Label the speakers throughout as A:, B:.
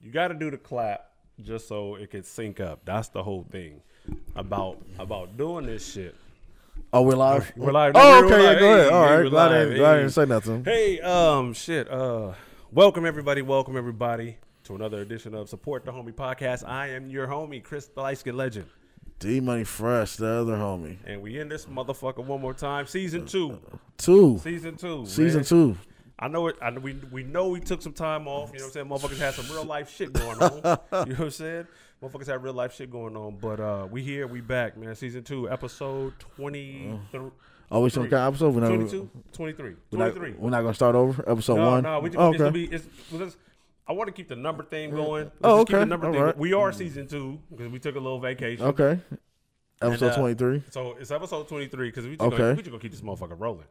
A: You got to do the clap just so it can sync up. That's the whole thing about about doing this shit.
B: Oh, we're live.
A: We're live.
B: Oh,
A: We're
B: okay.
A: live.
B: Yeah, go
A: Hey,
B: ahead. All
A: hey,
B: right.
A: we're
B: Glad I
A: live.
B: didn't, glad I
A: Hey.
B: didn't say nothing.
A: Hey, um, shit. Uh, welcome everybody. Welcome everybody to another edition of Support the Homie Podcast. I am your homie, Chris the Lightskin Legend,
B: D Money Fresh, the other homie.
A: and we in this motherfucker one more time. Season two.
B: Two.
A: Season two.
B: Season
A: man.
B: two.
A: I know it. I know we we know we took some time off. You know what I'm saying? Motherfuckers had some real life shit going on. you know what I'm saying? Motherfuckers had real life shit going on. But uh, we here, we back, man. Season two, episode 23.
B: Oh, we some kind of episode. We're not,
A: 22? 23.
B: We're not,
A: 23.
B: we're not gonna start over. Episode
A: No,
B: one.
A: no, we just,
B: oh,
A: it's gonna
B: okay.
A: be. It's, well, let's- I want to keep the number thing going. Let's
B: Oh,
A: just Keep
B: okay.
A: the number
B: All
A: thing.
B: right.
A: We are season two because we took a little vacation.
B: okay. Episode
A: uh,
B: twenty three.
A: So it's episode 23 because we just
B: Okay.
A: gonna, we just gonna keep this motherfucker rolling.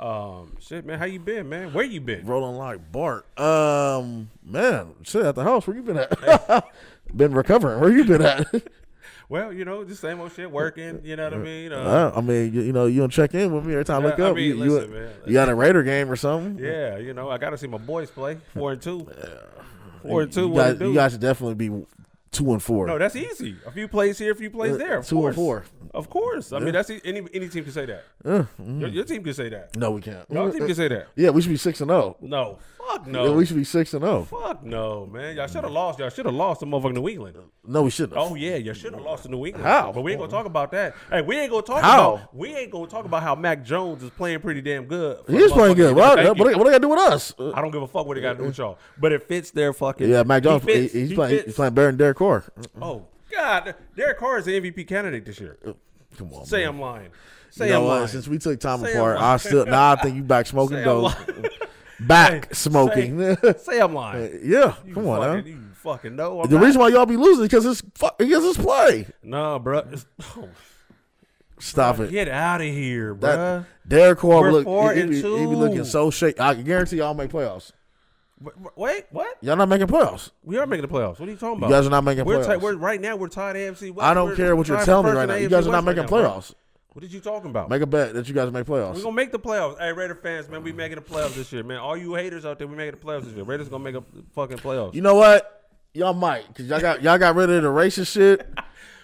A: Um, shit, man, how you been, man? Where you been?
B: Rolling like Bart. Um, man, shit at the house. Where you been at? been recovering. Where you been at?
A: Well, you know, just same old shit, working. You know what I mean? Uh,
B: Uh, I mean, you, you know, you don't check in with me every time I
A: Yeah,
B: look
A: I
B: up.
A: mean,
B: you, you-
A: listen, man.
B: you at a Raider game or something?
A: Yeah, you know, I gotta see my boys play four and two. Four
B: You,
A: and two, what
B: guys,
A: it do?
B: you guys should definitely be two and four.
A: no, that's easy. A few plays here, a few plays
B: Uh,
A: there. Of
B: two and
A: course.
B: four.
A: Of course. I mean, that's e- any any team can say that.
B: mm.
A: Your, your team can say that.
B: No, we can't.
A: Your team can say that.
B: Yeah, we should be six and zero.
A: No, fuck
B: Uh, Yeah,
A: no.
B: we should be six and oh. zero.
A: Fuck no, man. Y'all should have lost. Y'all should have lost to motherfucking New England.
B: No, we shouldn't. have.
A: Oh yeah, y'all should have lost to New England.
B: How?
A: But we ain't gonna talk about that. Hey, we ain't gonna talk
B: How?
A: about we ain't gonna talk about how Mac Jones is playing pretty damn good. for
B: he is playing
A: motherfucking
B: good.
A: New
B: Right?
A: England. Thank
B: What,
A: you.
B: what, what they got to do with us? Uh,
A: I don't give a fuck what it got to do with y'all, but it fits their fucking.
B: yeah, Mac Jones.
A: He
B: He
A: fits,
B: he's
A: he
B: playing.
A: fits.
B: He's playing Baron Derek Carr.
A: Oh God, Derek Carr is the MVP candidate this year.
B: Come on.
A: Say
B: man.
A: I'm lying. Say
B: You know
A: I'm
B: what?
A: lying.
B: Since we took time
A: Say I'm
B: apart, I
A: lying.
B: still. Nah, I think you back
A: Say
B: smoking
A: I'm
B: dope.
A: lying.
B: Back
A: Hey,
B: smoking.
A: Say, say I'm lying.
B: yeah.
A: You
B: Come on.
A: fucking,
B: Now.
A: You fucking know. I'm
B: The
A: not.
B: reason why y'all be losing is because it's fuck because it's play.
A: no, bro. It's- oh,
B: Stop it.
A: get out of here, bro.
B: That Derek Carr
A: We're
B: look.
A: four
B: He, he
A: and
B: be, he be looking
A: two.
B: so shaky. I can guarantee y'all make playoffs.
A: Wait, what?
B: Y'all not making playoffs.
A: We are making the playoffs. What are you talking about?
B: You guys are not making
A: Oh. we're
B: playoffs.
A: ti- we're right now. We're tied AFC. West.
B: I don't
A: We're-
B: care what
A: we're
B: you're
A: tied
B: telling me
A: first
B: right
A: in
B: now. You
A: AFC
B: guys are not
A: West right
B: making
A: now, bro.
B: playoffs.
A: What did you talking about?
B: Make a bet that you guys make playoffs.
A: We're gonna make the playoffs. Hey, Raider fans, man, we making the playoffs this year, man. All you haters out there, we making the playoffs this year. Raiders gonna make a fucking playoffs.
B: You know what? Y'all might because y'all got y'all got rid of the racist shit,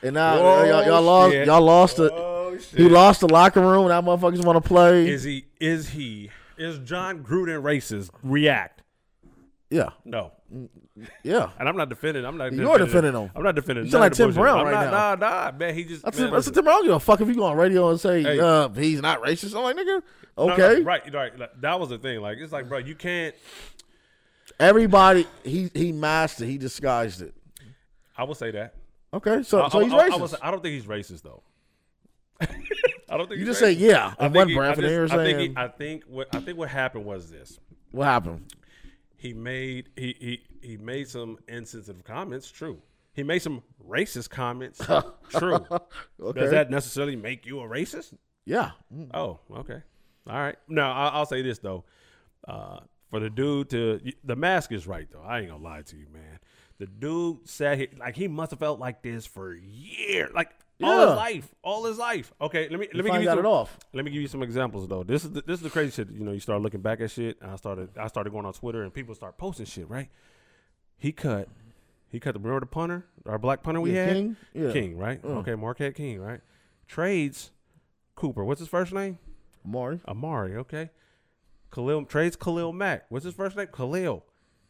B: and now
A: Whoa,
B: y'all, y'all lost
A: shit.
B: y'all lost the
A: Oh,
B: he
A: shit.
B: lost the locker room. Now motherfuckers want to play.
A: Is he? Is he? Is John Gruden racist? React.
B: yeah,
A: No,
B: yeah.
A: and I'm not defending. I'm not.
B: You're defending him.
A: I'm not defending.
B: You
A: none
B: sound like
A: of the
B: Tim
A: bullshit.
B: Brown
A: I'm
B: right
A: not, Nah, nah, man. He just.
B: That's
A: man,
B: a, that's a
A: listen.
B: Tim. I don't give a fuck if you go on radio and say
A: Hey.
B: uh, he's not racist. I'm like nigga,
A: No, no,
B: okay.
A: right, right. Like, That was the thing. Like it's like, bro, you can't.
B: Everybody he he masked it. He disguised it.
A: I will say that.
B: Okay, so so
A: I-
B: he's
A: I- I
B: racist.
A: was- I don't think he's racist though. I don't think he's
B: you just say
A: racist.
B: yeah
A: I
B: and
A: think
B: one
A: he-
B: breath,
A: I
B: and then you're
A: just- I think he-
B: saying
A: I think what I think what happened was this.
B: what happened?
A: He made he he he made some insensitive comments. True. He made some racist comments. true.
B: Okay,
A: Does that necessarily make you a racist?
B: yeah.
A: Oh, okay. All right. Now I, I'll say this though, uh, for the dude to the mask is right though. I ain't gonna lie to you, man. The dude sat here like he must have felt like this for years, like all
B: Yeah.
A: his life, all his life. Okay, let me let me give
B: Finally
A: you
B: got
A: some,
B: it off.
A: let me give you some examples though. This is the, this is the crazy shit. You know, you start looking back at shit. And I started I started going on Twitter and people start posting shit. Right? He cut he cut the remember the punter our black punter we
B: Yeah,
A: had
B: King? Yeah. Mm.
A: King right okay Marquette King right trades Cooper what's his first name
B: Maury.
A: Amari okay Khalil trades Khalil Mack what's his first name Khalil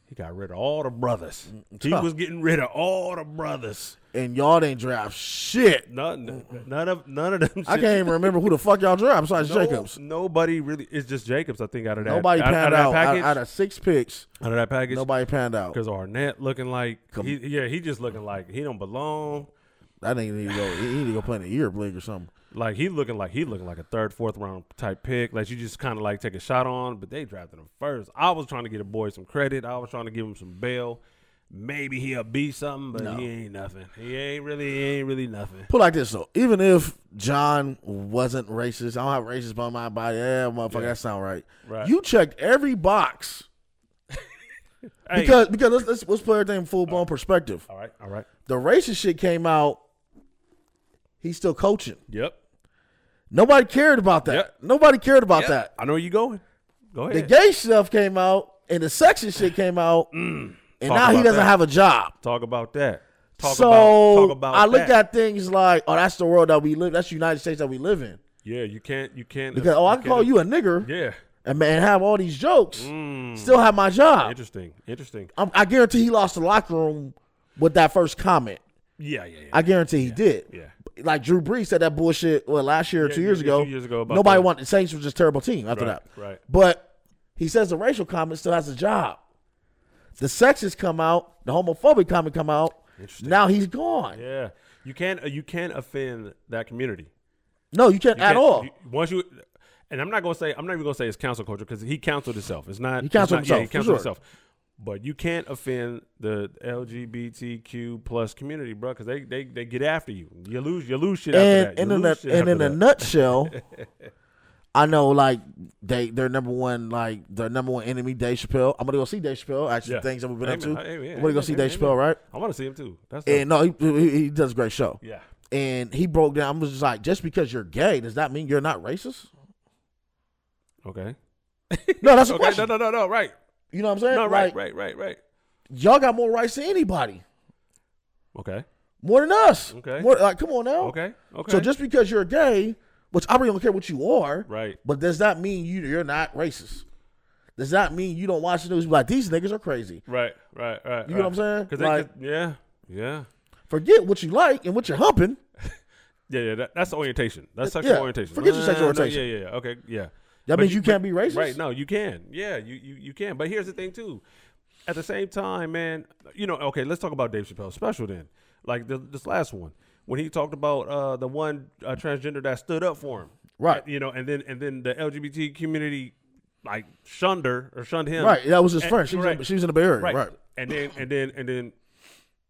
A: he got rid of all the brothers he
B: Huh.
A: was getting rid of all the brothers
B: and y'all didn't draft shit.
A: none none of none of them shit.
B: I can't even remember who the fuck y'all draft besides
A: No-
B: Jacobs.
A: Nobody really. It's just Jacobs. I think out of that.
B: Nobody
A: out, out,
B: panned out.
A: of that
B: Out,
A: package.
B: out of six picks,
A: out of that package.
B: nobody panned out.
A: Because Arnett looking like he, yeah, he just looking like he don't belong.
B: That nigga need to go. He need to go play in the Europe League or something.
A: Like he looking like he looking like a third, fourth round type pick. Like you just kind of like take a shot on. But they drafted him first. I was trying to get a boy some credit. I was trying to give him some bail. Maybe he'll be something, but he ain't nothing. He ain't really, he ain't really nothing.
B: Put it like this though, even if John wasn't racist, I don't have racist by my body. Yeah, motherfucker, that sound right.
A: Right.
B: You checked every box
A: Hey, Oh.
B: because because let's let's, let's play everything full blown perspective.
A: all right, all right,
B: The racist shit came out. He's still coaching.
A: yep,
B: Nobody cared about that.
A: Yep.
B: Nobody cared about that.
A: I know where you going. Go
B: The
A: ahead.
B: gay stuff came out and the sexist shit came out. and
A: Mm. Talk
B: now he
A: about
B: doesn't
A: that.
B: have a job.
A: Talk about that. Talk
B: so
A: about, talk about
B: I look
A: that.
B: at things like, oh, that's the world that we live. That's the United States that we live in.
A: Yeah, you can't. You can't.
B: Because oh, I can call
A: can't-
B: you a nigger
A: Yeah.
B: and man have all these jokes,
A: Mm.
B: still have my job.
A: Interesting. Interesting.
B: I'm, I guarantee he lost the locker room with that first comment.
A: Yeah. Yeah. Yeah.
B: I guarantee he did.
A: yeah.
B: Like Drew Brees said that bullshit well last year or
A: Yeah,
B: two
A: yeah,
B: years
A: yeah,
B: ago.
A: two years ago about
B: nobody
A: that.
B: wanted the Saints was just a terrible team after
A: Right,
B: that.
A: right.
B: But he says the racial comment still has a job. The sexist come out, the homophobic comment come out.
A: Interesting.
B: Now he's gone.
A: Yeah. You can't. uh, You can't offend that community
B: No, you can't
A: You
B: at
A: can't-
B: all.
A: you- once you. And I'm not gonna say I'm not even gonna say it's council culture because he counseled himself. It's not
B: He counseled
A: it's not-
B: himself,
A: Yeah, he
B: for
A: counseled
B: sure.
A: himself. But you can't offend the LGBTQ plus community, bro, because they, they they get after you. You lose you lose shit after
B: and
A: that. You
B: and in
A: lose
B: a,
A: shit
B: and
A: after
B: in a
A: that.
B: nutshell, I know like they their number one like their number one enemy Dave Chappelle. I'm gonna go see Dave Chappelle. Actually,
A: Yeah.
B: things that we've been up
A: Amen.
B: to.
A: I- amen.
B: I'm gonna go
A: Amen.
B: see
A: Amen.
B: Dave Chappelle, right?
A: I want to see him too. That's the-
B: And no, he, he, he does a great show.
A: yeah.
B: And he broke down. I was just like, just because you're gay, does that mean you're not racist?
A: Okay.
B: No, that's a
A: Okay. No,
B: question.
A: no, no, no. Right.
B: You know what I'm saying?
A: No, right,
B: Like,
A: right, right, right.
B: Y'all got more rights than anybody,
A: Okay.
B: more than us.
A: Okay.
B: More like, come on now.
A: Okay. Okay.
B: So just because you're gay, which I really don't care what you are,
A: right.
B: But does that mean you you're not racist? Does that mean you don't watch the news? and be Like these niggas are crazy.
A: Right. Right. Right.
B: You know what I'm saying?
A: Because
B: Like-
A: yeah, yeah,
B: Forget what you like and what you're humping.
A: yeah, yeah. That, that's orientation. That's sexual
B: yeah.
A: orientation.
B: Forget your
A: No,
B: sexual
A: no, no,
B: orientation.
A: Yeah, yeah, yeah. Okay. Yeah.
B: That
A: But
B: means you can't be racist.
A: Right. No, you can. Yeah, you, you you can. But here's the thing too. At the same time, man, you know, okay, let's talk about Dave Chappelle's special then. Like the, this last one when he talked about uh, the one uh, transgender that stood up for him.
B: Right.
A: You know, and then and then the LGBT community like shunned her or shunned him.
B: Right. That was his
A: And-
B: friend. She was, in,
A: right.
B: she was in the Bay Area. Right.
A: right.
B: Right.
A: And then and then and then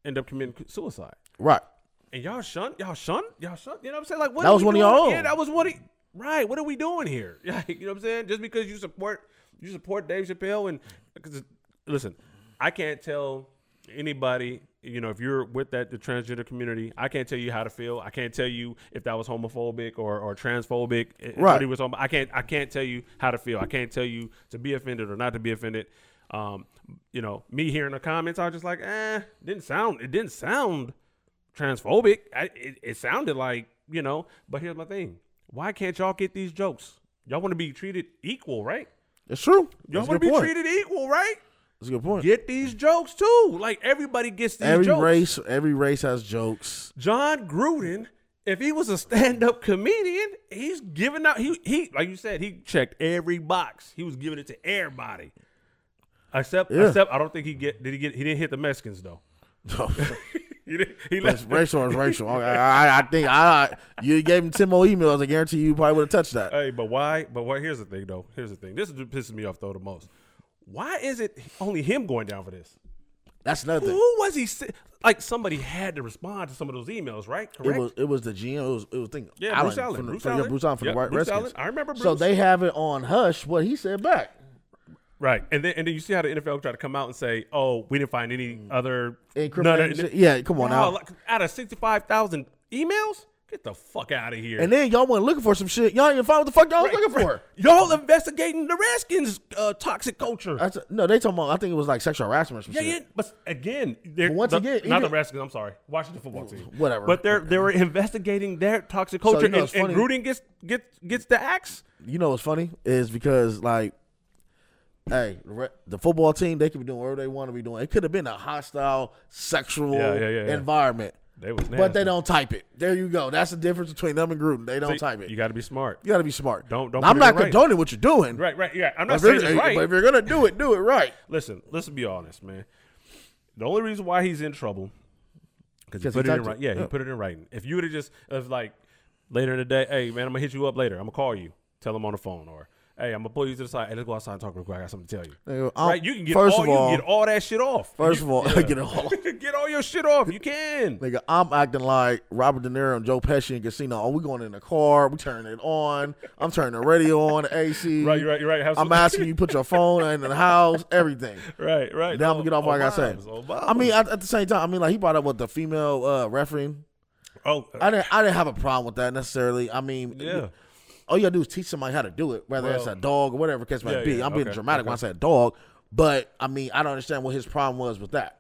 A: end up committing suicide. And y'all shun y'all shun y'all shun. You know what I'm saying? Like what
B: That
A: are
B: was
A: we
B: one of
A: doing?
B: y'all
A: Yeah,
B: own.
A: that was one. Of, right. What are we doing here? Like, you know what I'm saying? Just because you support you support Dave Chappelle and because listen, I can't tell anybody. You know, if you're with that the transgender community, I can't tell you how to feel. I can't tell you if that was homophobic or, or transphobic. eh,
B: Right.
A: what he was on. I can't I can't tell you how to feel. I can't tell you to be offended or not to be offended. Um, you know, me hearing the comments, I was just like, eh, didn't sound it didn't sound transphobic. I, it, it sounded like you know. But here's my thing: why can't y'all get these jokes? Y'all want to be treated equal, right?
B: It's true.
A: Y'all
B: That's
A: want
B: a good
A: to be
B: point.
A: treated equal, right?
B: That's a good point.
A: Get these jokes too. Like everybody gets these
B: every
A: jokes.
B: race, every race has jokes.
A: John Gruden, if he was a stand-up comedian, he's giving out he he like you said, he checked every box. He was giving it to everybody. Except
B: Yeah.
A: except I don't think he get did he get he didn't hit the Mexicans though. he didn't, he
B: It's
A: left
B: racial is racial. I, I, I think I, I you gave him ten more emails. I guarantee you probably would have touched that.
A: Hey, but why but why here's the thing though. Here's the thing. This is what pisses me off though the most. Why is it only him going down for this?
B: That's another
A: Who
B: thing.
A: was he? si- Like somebody had to respond to some of those emails, right? Correct.
B: It was it was the GM. It was it was thing.
A: yeah, Bruce Allen.
B: from the-
A: Bruce
B: from- yeah,
A: Allen.
B: Bruce Allen from
A: Yeah,
B: the White
A: Bruce
B: Redskins.
A: Allen. I remember. Bruce.
B: So they have it on hush what he said back.
A: Right, and then and then you see how the NFL try to come out and say, "Oh, we didn't find
B: Mm.
A: any other
B: And
A: none
B: Crypto-
A: of-
B: yeah, come on
A: Y'all,
B: now.
A: like, out of sixty five thousand emails. Get the fuck out of here!"
B: And then y'all went looking for some shit. Y'all didn't even find what the fuck y'all was looking for.
A: y'all investigating the Redskins' uh, toxic culture.
B: That's no, they talking about. I think it was like sexual harassment or some
A: yeah, yeah,
B: shit.
A: but again, they're,
B: But once
A: the-
B: again,
A: not
B: even-
A: the Redskins. I'm sorry, Washington football team.
B: Whatever.
A: But they're they were investigating their toxic
B: you
A: culture,
B: know
A: and,
B: it's
A: and
B: funny-
A: Gruden gets gets gets the axe.
B: You know what's funny is because like, hey, the re- the football team they could be doing whatever they want to be doing. It could have been a hostile sexual
A: Yeah, yeah, yeah, yeah.
B: environment,
A: They was
B: but
A: nasty.
B: they don't type it. There you go. That's the difference between them and Gruden. They don't type it.
A: You
B: You,
A: got to be smart.
B: got to be smart.
A: Don't- don't
B: Now, I'm
A: put it in
B: not
A: writing.
B: condoning what you're doing.
A: Right, right, yeah. I'm not
B: But if,
A: saying
B: you're,
A: it's right.
B: but if you're gonna do it, do it right.
A: Listen, let's be honest, man. The only reason why he's in trouble because he
B: 'Cause
A: put
B: he
A: it in
B: typed
A: writing.
B: it.
A: Yeah, he put it in writing. If you would have just if like later in the day, hey man, I'm gonna hit you up later. I'm gonna call you, tell him on the phone, or hey, I'm gonna pull you to the side. Hey, let's go outside and talk real quick. I got something to tell you.
B: Nigga, I'll-
A: Right? You can get
B: first
A: all
B: of
A: you
B: all-
A: can get all that shit off.
B: First
A: You-
B: of all,
A: yeah.
B: get it all.
A: get all your shit off. You can.
B: Nigga, I'm acting like Robert De Niro and Joe Pesci in Casino. Oh, we going in the car. We turning it on. I'm turning the radio on, the AC.
A: Right, you're right, you're right. Have
B: I'm
A: some-
B: asking you to put your phone in the house, everything.
A: Right, right. Oh,
B: Now I'm gonna get off what I gotta say.
A: Obama's,
B: I mean, at, at the same time, I mean, like he brought up with the female uh, referee.
A: oh,
B: I didn't, I didn't have a problem with that necessarily. I mean,
A: yeah.
B: all you gotta do is teach somebody how to do it, whether it's
A: Well-
B: a dog or whatever the case might
A: Yeah,
B: be.
A: yeah,
B: I'm being
A: okay,
B: dramatic
A: okay.
B: when I say a dog, But I mean, I don't understand what his problem was with that.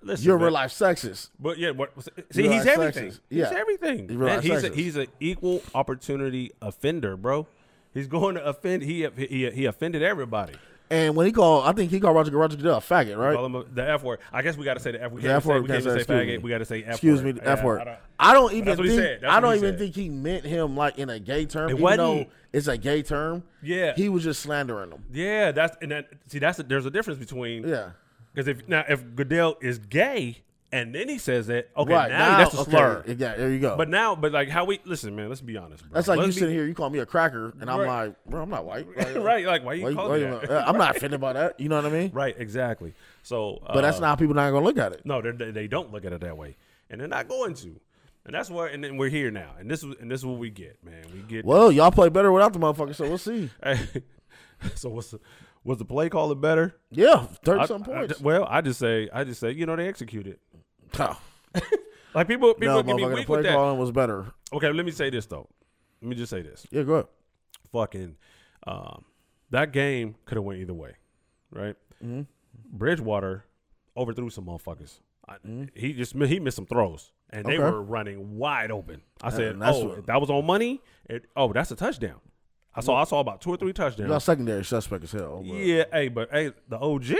A: Listen,
B: You're a
A: man.
B: real life sexist.
A: But yeah, what, see,
B: Real
A: he's
B: life
A: everything.
B: sexist. Yeah.
A: He's everything.
B: He's real
A: Man,
B: life
A: he's a,
B: sexist.
A: he's an equal opportunity offender, bro. He's going to offend. He he he offended everybody.
B: And when he called, I think he called Roger Roger Goodell a faggot, right?
A: Call him a, the F word. I guess we got to say the F word. We
B: The
A: can't
B: F word,
A: say, we can't
B: can't
A: say
B: say, excuse
A: faggot.
B: me.
A: We got to say F
B: Excuse
A: word.
B: me, the
A: Yeah,
B: F word.
A: I
B: I
A: don't-
B: don't, even
A: that's what he
B: think
A: said. That's
B: I
A: what
B: don't
A: he
B: even
A: said.
B: think he meant him like in a gay term.
A: It
B: even
A: wasn't.
B: though it's a gay term.
A: Yeah.
B: he was just slandering him.
A: Yeah, that's and that. See, that's a, there's a difference between.
B: Yeah,
A: Because if now if Goodell is gay and then he says that, okay,
B: right.
A: now, that's a
B: okay,
A: slur.
B: Yeah, there you go.
A: But now, but like how we listen, man. Let's be honest. Bro.
B: that's like you
A: Let's
B: sitting here, you call me a cracker, and I'm
A: Right.
B: like, bro, I'm not white. Like,
A: be, right. Like why you
B: why you- why
A: calling
B: you-
A: me that?
B: uh, I'm not offended by that. You know what I mean?
A: Right. Exactly. So, uh,
B: But that's not how people not gonna look at it.
A: No, they're- they they don't look at it that way, and they're not going to. And that's where, and then we're here now, and this is and this is what we get, man. We get.
B: Well, y'all play better without the motherfucker, so we'll see.
A: so what's the, was the play caller better?
B: Yeah, thirty
A: I-
B: some
A: I-
B: points.
A: well, I just say, I just say, you know, they executed.
B: Oh,
A: Like people, people
B: no,
A: give me
B: motherfucker, the
A: weak
B: play
A: with that.
B: calling was better.
A: Okay, let me say this though. Let me just say this.
B: Yeah, go ahead.
A: Fucking, um, that game could have went either way, right?
B: Mm-hmm.
A: Bridgewater overthrew some motherfuckers. I, He just mi- he missed some throws, and they
B: Mm-hmm. Okay.
A: were running wide open. I said,
B: that's
A: "Oh,
B: what-
A: if that was on money. It, oh, that's a touchdown." I saw I saw about two or three touchdowns.
B: Y'all secondary suspect as hell. but-
A: yeah, hey, but hey, the OG,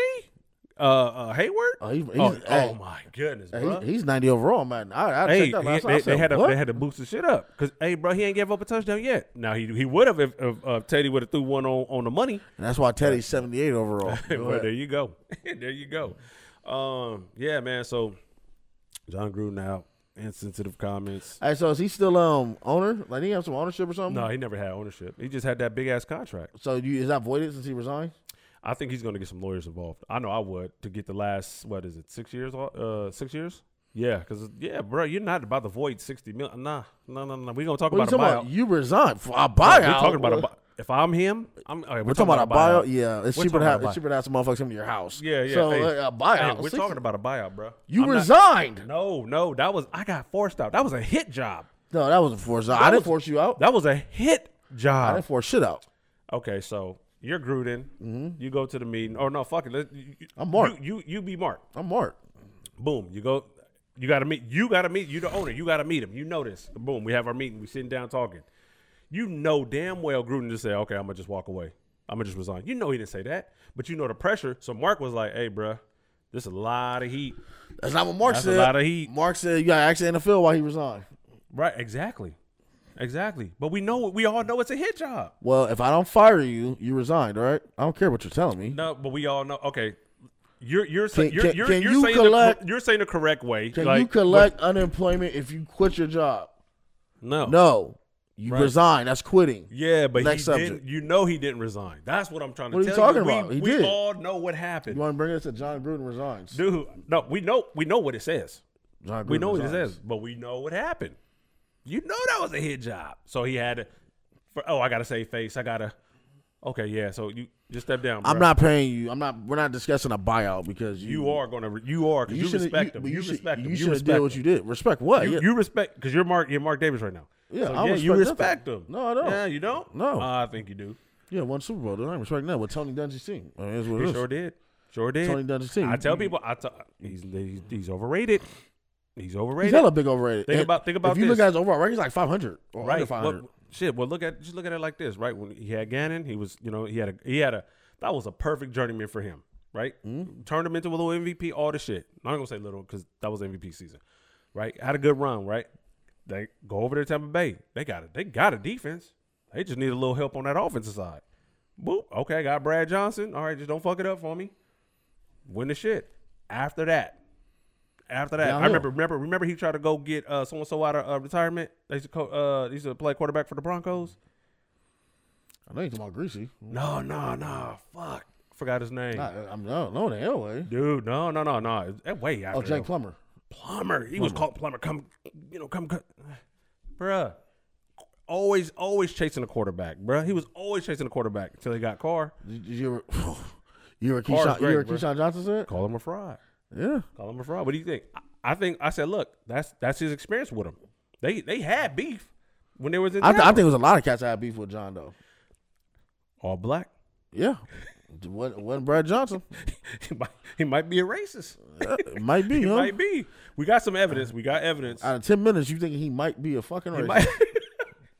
A: uh, uh Hayward.
B: Oh, he- he's-
A: oh,
B: hey.
A: oh my goodness,
B: Hey,
A: bro.
B: he- he's 90 overall, man. I, I
A: Hey,
B: checked that
A: he-
B: last
A: they,
B: night.
A: they had to,
B: what?
A: they had to boost the shit up because hey, bro, he ain't gave up a touchdown yet. Now he he would have if, if uh, Teddy would have threw one on, on the money.
B: and that's why Teddy's 78 overall. Go
A: well,
B: ahead.
A: there you go, there you go. Um, yeah, man. So John Gruden out, insensitive comments.
B: Hey, so is he still um owner? Like he have some ownership or something?
A: No, he never had ownership. He just had that big ass contract.
B: So you, is that voided since he resigned?
A: I think he's going to get some lawyers involved. I know I would to get the last what is it six years? Uh, six years. Yeah, because yeah, bro, you're not about to void sixty million. Nah, no, no, no. We're gonna talk
B: What are
A: about
B: you
A: a
B: talking
A: buyout.
B: about? You resigned for a buyout.
A: We're talking about a.
B: We're,
A: bu- If I'm him, I'm. all right, we're,
B: talking about a buyout. Yeah, it's
A: We're
B: cheaper to
A: talking
B: have
A: about
B: it's
A: a
B: cheaper to have some motherfuckers come to your house.
A: Yeah, yeah.
B: So
A: hey.
B: like, a
A: Hey,
B: buyout.
A: we're talking about a buyout, bro.
B: You
A: I'm not-
B: resigned.
A: no, no, that was I got forced out. That was a hit job.
B: no, that wasn't forced. I didn't
A: was-
B: force you out.
A: That was a hit
B: I
A: job.
B: didn't force shit out.
A: Okay, so you're Gruden. You go to the meeting. Or no, fuck it. Let, you, you-
B: Mm-hmm. I'm Mark.
A: You, you you be Mark.
B: I'm Mark.
A: Boom. You go. You got to meet. You got to meet. You the owner. You got to meet him. You know this. Boom. We have our meeting. We sitting down talking. You know damn well Gruden just said, "Okay, I'm gonna just walk away. I'm gonna just resign." You know he didn't say that, but you know the pressure. So Mark was like, "Hey, bruh, this a lot of heat."
B: That's not what Mark
A: That's a
B: said.
A: lot of heat.
B: Mark said you got actually in the field while he resigned.
A: Right. Exactly. Exactly. But we know. We all know it's a hit job.
B: Well, if I don't fire you, you resigned, all right? I don't care what you're telling me.
A: No, but we all know. Okay. You're you're saying
B: Can-
A: you're,
B: can-
A: you're,
B: can
A: you're
B: you
A: saying
B: collect-
A: the, you're saying the correct way.
B: Can
A: like,
B: you collect unemployment if you quit your job?
A: but- No.
B: No. You resign. That's quitting.
A: Yeah, but
B: Next
A: he
B: subject.
A: didn't. You know he didn't resign. That's what I'm trying to
B: What are you
A: tell
B: talking
A: We,
B: about? He
A: we
B: did.
A: all know what happened.
B: You want to bring this to John Gruden resigns?
A: Dude, no, we know we know what it says.
B: John Gruden
A: We know what it
B: resigns.
A: says, but we know what happened. You know that was a hit job. So he had to for oh, I gotta save face. I gotta Okay, yeah. So you just step down.
B: I'm
A: bruh.
B: not paying you. I'm not. We're not discussing a buyout because you.
A: you are gonna re- you are because you,
B: shouldn't-
A: respect
B: you-
A: him.
B: but
A: You,
B: should-
A: respect him.
B: You
A: You
B: should have
A: respect
B: did what
A: him.
B: you did. Respect what?
A: You,
B: Yeah.
A: you respect because you're Mark you're Mark Davis right now.
B: Yeah,
A: So,
B: I
A: yeah, you
B: respect
A: respect
B: nothing.
A: him.
B: No, I don't.
A: Yeah, you don't.
B: No.
A: Uh, I think you do.
B: yeah, one Super Bowl. dude. I ain't respect that. What Tony Dungy's team? I mean, that's what it
A: He
B: is.
A: sure did. Sure did.
B: Tony Dungy's team.
A: I tell people, I tell he's he's, he's overrated. He's
B: he's
A: overrated.
B: hella big overrated.
A: Think
B: And
A: about- think about
B: If you look
A: this.
B: at his overall record, he's like 500 or under
A: right?
B: 500.
A: Well, shit. Well, look at just look at it like this, right? When he had Gannon, he was you know he had a he had a that was a perfect journeyman for him, right?
B: Mm-hmm.
A: Turned him into a little MVP, all the shit. I'm not gonna say little because that was MVP season, right? Had a good run, right? They go over there to Tampa Bay. They got it. They got a defense. They just need a little help on that offensive side. Boop. Okay, got Brad Johnson. All right, just don't fuck it up for me. Win the shit. After that, after that, I
B: Downhill.
A: remember, remember, remember, he tried to go get uh, so and so out of uh, retirement. They used to, co- uh, they used to play quarterback for the Broncos.
B: I know he's talking about Greasy.
A: No, no, no, fuck, forgot his name,
B: Mm-hmm. Nah, I'm no, no, the hell way.
A: dude. No, no, no, no. That way after
B: Oh, Jake
A: that.
B: Plummer.
A: Plumber. He was called Plumber. Come, you know, come, come. bruh. Always, always chasing a quarterback, bruh. He was always chasing a quarterback until he got Carr.
B: Did You were, you were
A: Carr's
B: Keyshawn, you
A: great,
B: were
A: bro.
B: Keyshawn Johnson said?
A: Call him a fraud.
B: Yeah.
A: Call him a fraud. What do you think? I, I think I said, look, that's that's his experience with him. They they had beef when they was in.
B: I, th- I
A: Tampa.
B: think it was a lot of cats that had beef with John, though.
A: all black.
B: Yeah. Wasn't, wasn't Brad Johnson?
A: he, might, he might be a racist.
B: Uh, it might be,
A: He
B: huh?
A: might be. We got some evidence. We got evidence.
B: Out of ten minutes, you think he might be a fucking racist?
A: he, might,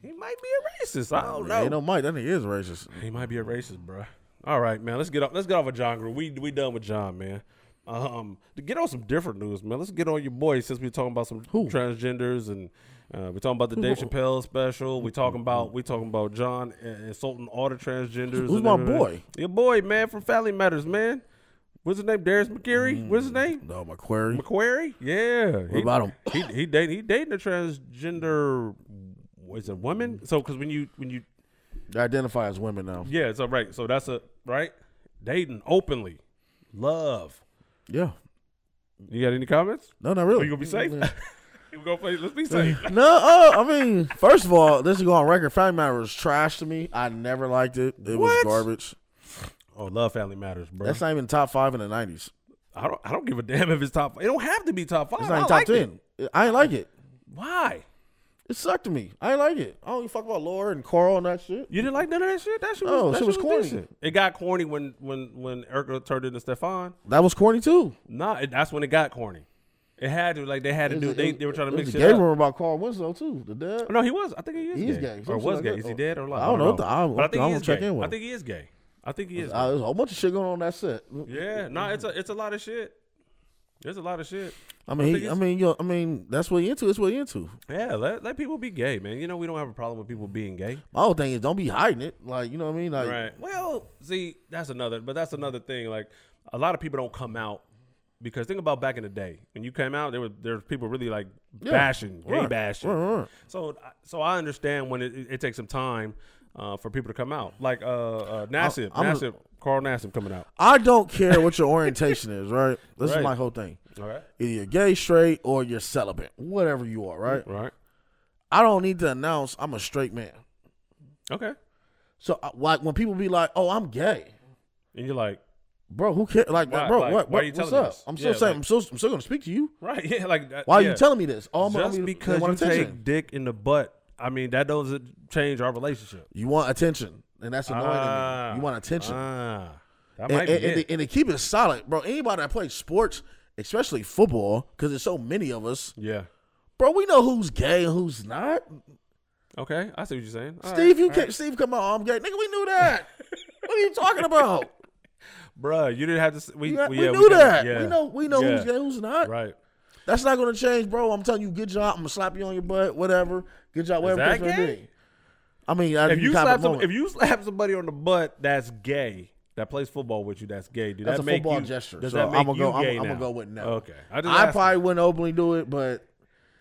A: he might be a racist. I don't
B: Ain't
A: know.
B: no Mike. That nigga is racist.
A: He might be a racist, bruh. All right, man. Let's get off. Let's get off of John Gruden. We we done with John, man. Um, to get on some different news, man. Let's get on your boy since we're talking about some transgenders and uh, we're talking about the Dave Chappelle special. We talking about we talking about John uh, insulting all the transgenders.
B: Who's
A: and
B: my
A: everything.
B: boy?
A: Your boy, man, from Family Matters, man. What's his name? Darius McGeary. What's his name?
B: No, my query.
A: McQuarrie? Yeah. What
B: Mm. about him?
A: He he dating he dating a transgender is it woman? So because when you when you
B: They identify as women now.
A: yeah, so right. So that's a right dating openly, love.
B: Yeah.
A: You got any comments?
B: No, not
A: Are
B: really.
A: Oh, you gonna be safe? you gonna play? Let's be safe.
B: no, uh, I mean, first of all, this is going on record. Family Matter was trash to me. I never liked it. It was
A: What?
B: garbage.
A: oh, love family matters, bro.
B: That's not even top five in the nineties.
A: I don't. I don't give a damn if it's top. It don't have to be top five.
B: It's not
A: I
B: even top
A: liked it.
B: ten. I ain't like it.
A: Why?
B: It sucked to me. I ain't like it. I don't give a fuck about Laura and Carl and that shit.
A: You didn't like none of that shit. That shit was. that
B: No, Oh, shit
A: shit
B: was corny.
A: decent. It got corny when when when Erica turned into Stefan.
B: That was corny too.
A: Nah, it, that's when it got corny. It had to like they had to do. They, they were trying to
B: There's
A: mix
B: a
A: it
B: gay
A: up. Oh,
B: rumor about Carl Winslow too. The dad.
A: No, he was. I think he is.
B: He is
A: gay.
B: gay.
A: Or
B: Something
A: was
B: like
A: gay?
B: that.
A: Is he dead or alive?
B: I don't know. I-
A: But I think
B: I'm
A: he
B: gonna
A: is
B: check in
A: gay.
B: with
A: I
B: him.
A: think he is gay. I think he is.
B: Uh, There's a whole bunch of shit going on in that set.
A: Yeah, no, it's a it's a lot of shit. There's a lot of shit.
B: I mean,
A: think
B: he, I
A: it's-
B: mean, you know, I mean, that's what he into. It's what he into.
A: Yeah, let, let people be gay, man. You know we don't have a problem with people being gay,
B: My whole thing is don't be hiding it. Like you know what I mean? Like
A: right? Well, see, that's another, but that's another thing. Like a lot of people don't come out because think about back in the day when you came out, there were there's people really like bashing, gay
B: right,
A: bashing.
B: right, right.
A: So so I understand when it, it, it takes some time uh, for people to come out, like uh, uh Nassib,
B: I'm a-
A: Nassib, Carl Nassib coming out.
B: I don't care what your orientation is. Right? This
A: Right.
B: is my whole thing.
A: All right,
B: Either you're gay, straight, or you're celibate. Whatever you are, right?
A: right,
B: I don't need to announce I'm a straight man.
A: okay.
B: So I, like when people be like, "Oh, I'm gay,"
A: And you're like,
B: bro, who cares? Like,
A: Why-
B: bro,
A: like,
B: what,
A: why
B: what
A: are you
B: what's
A: telling
B: up?
A: us?
B: I'm still
A: Yeah,
B: saying
A: like-
B: I'm still I'm still gonna speak to you.
A: right, yeah, like that-
B: Why are
A: yeah.
B: you telling me this? Oh, I'm,
A: just
B: I'm,
A: because you take dick in the butt, I mean that doesn't change our relationship.
B: You want attention, and that's annoying to
A: Ah.
B: me. You want attention,
A: Ah, that
B: and,
A: might
B: and,
A: be
B: and,
A: it.
B: to, and to keep it solid, bro. Anybody that plays sports, especially football, because there's so many of us,
A: yeah.
B: bro. We know who's gay and who's not.
A: Okay, I see what you're saying. All
B: Steve,
A: right,
B: you
A: all
B: can't. Steve, come on, I'm gay, nigga. We knew that. what are you talking about?
A: right. bruh, you didn't have to. s- We,
B: Yeah,
A: we,
B: we
A: yeah,
B: knew
A: we didn't-
B: that.
A: yeah.
B: We know. We know who's
A: Yeah.
B: gay, who's not.
A: Right.
B: That's not going to change, bro. I'm telling you, good job. I'm gonna slap you on your butt, whatever. Good job, whatever.
A: that
B: the case may
A: gay?
B: be. I mean, I,
A: If you
B: cop it
A: slap some,
B: moment.
A: if you slap somebody on the butt, that's gay. That plays football with you, that's gay. Did
B: that's
A: that
B: a
A: make
B: football
A: you,
B: gesture.
A: Does
B: so
A: that make
B: I'm gonna
A: you
B: go. I'm,
A: gay
B: I'm gonna
A: now?
B: go with no.
A: Okay, I, just
B: I
A: asked-
B: probably wouldn't openly do it, but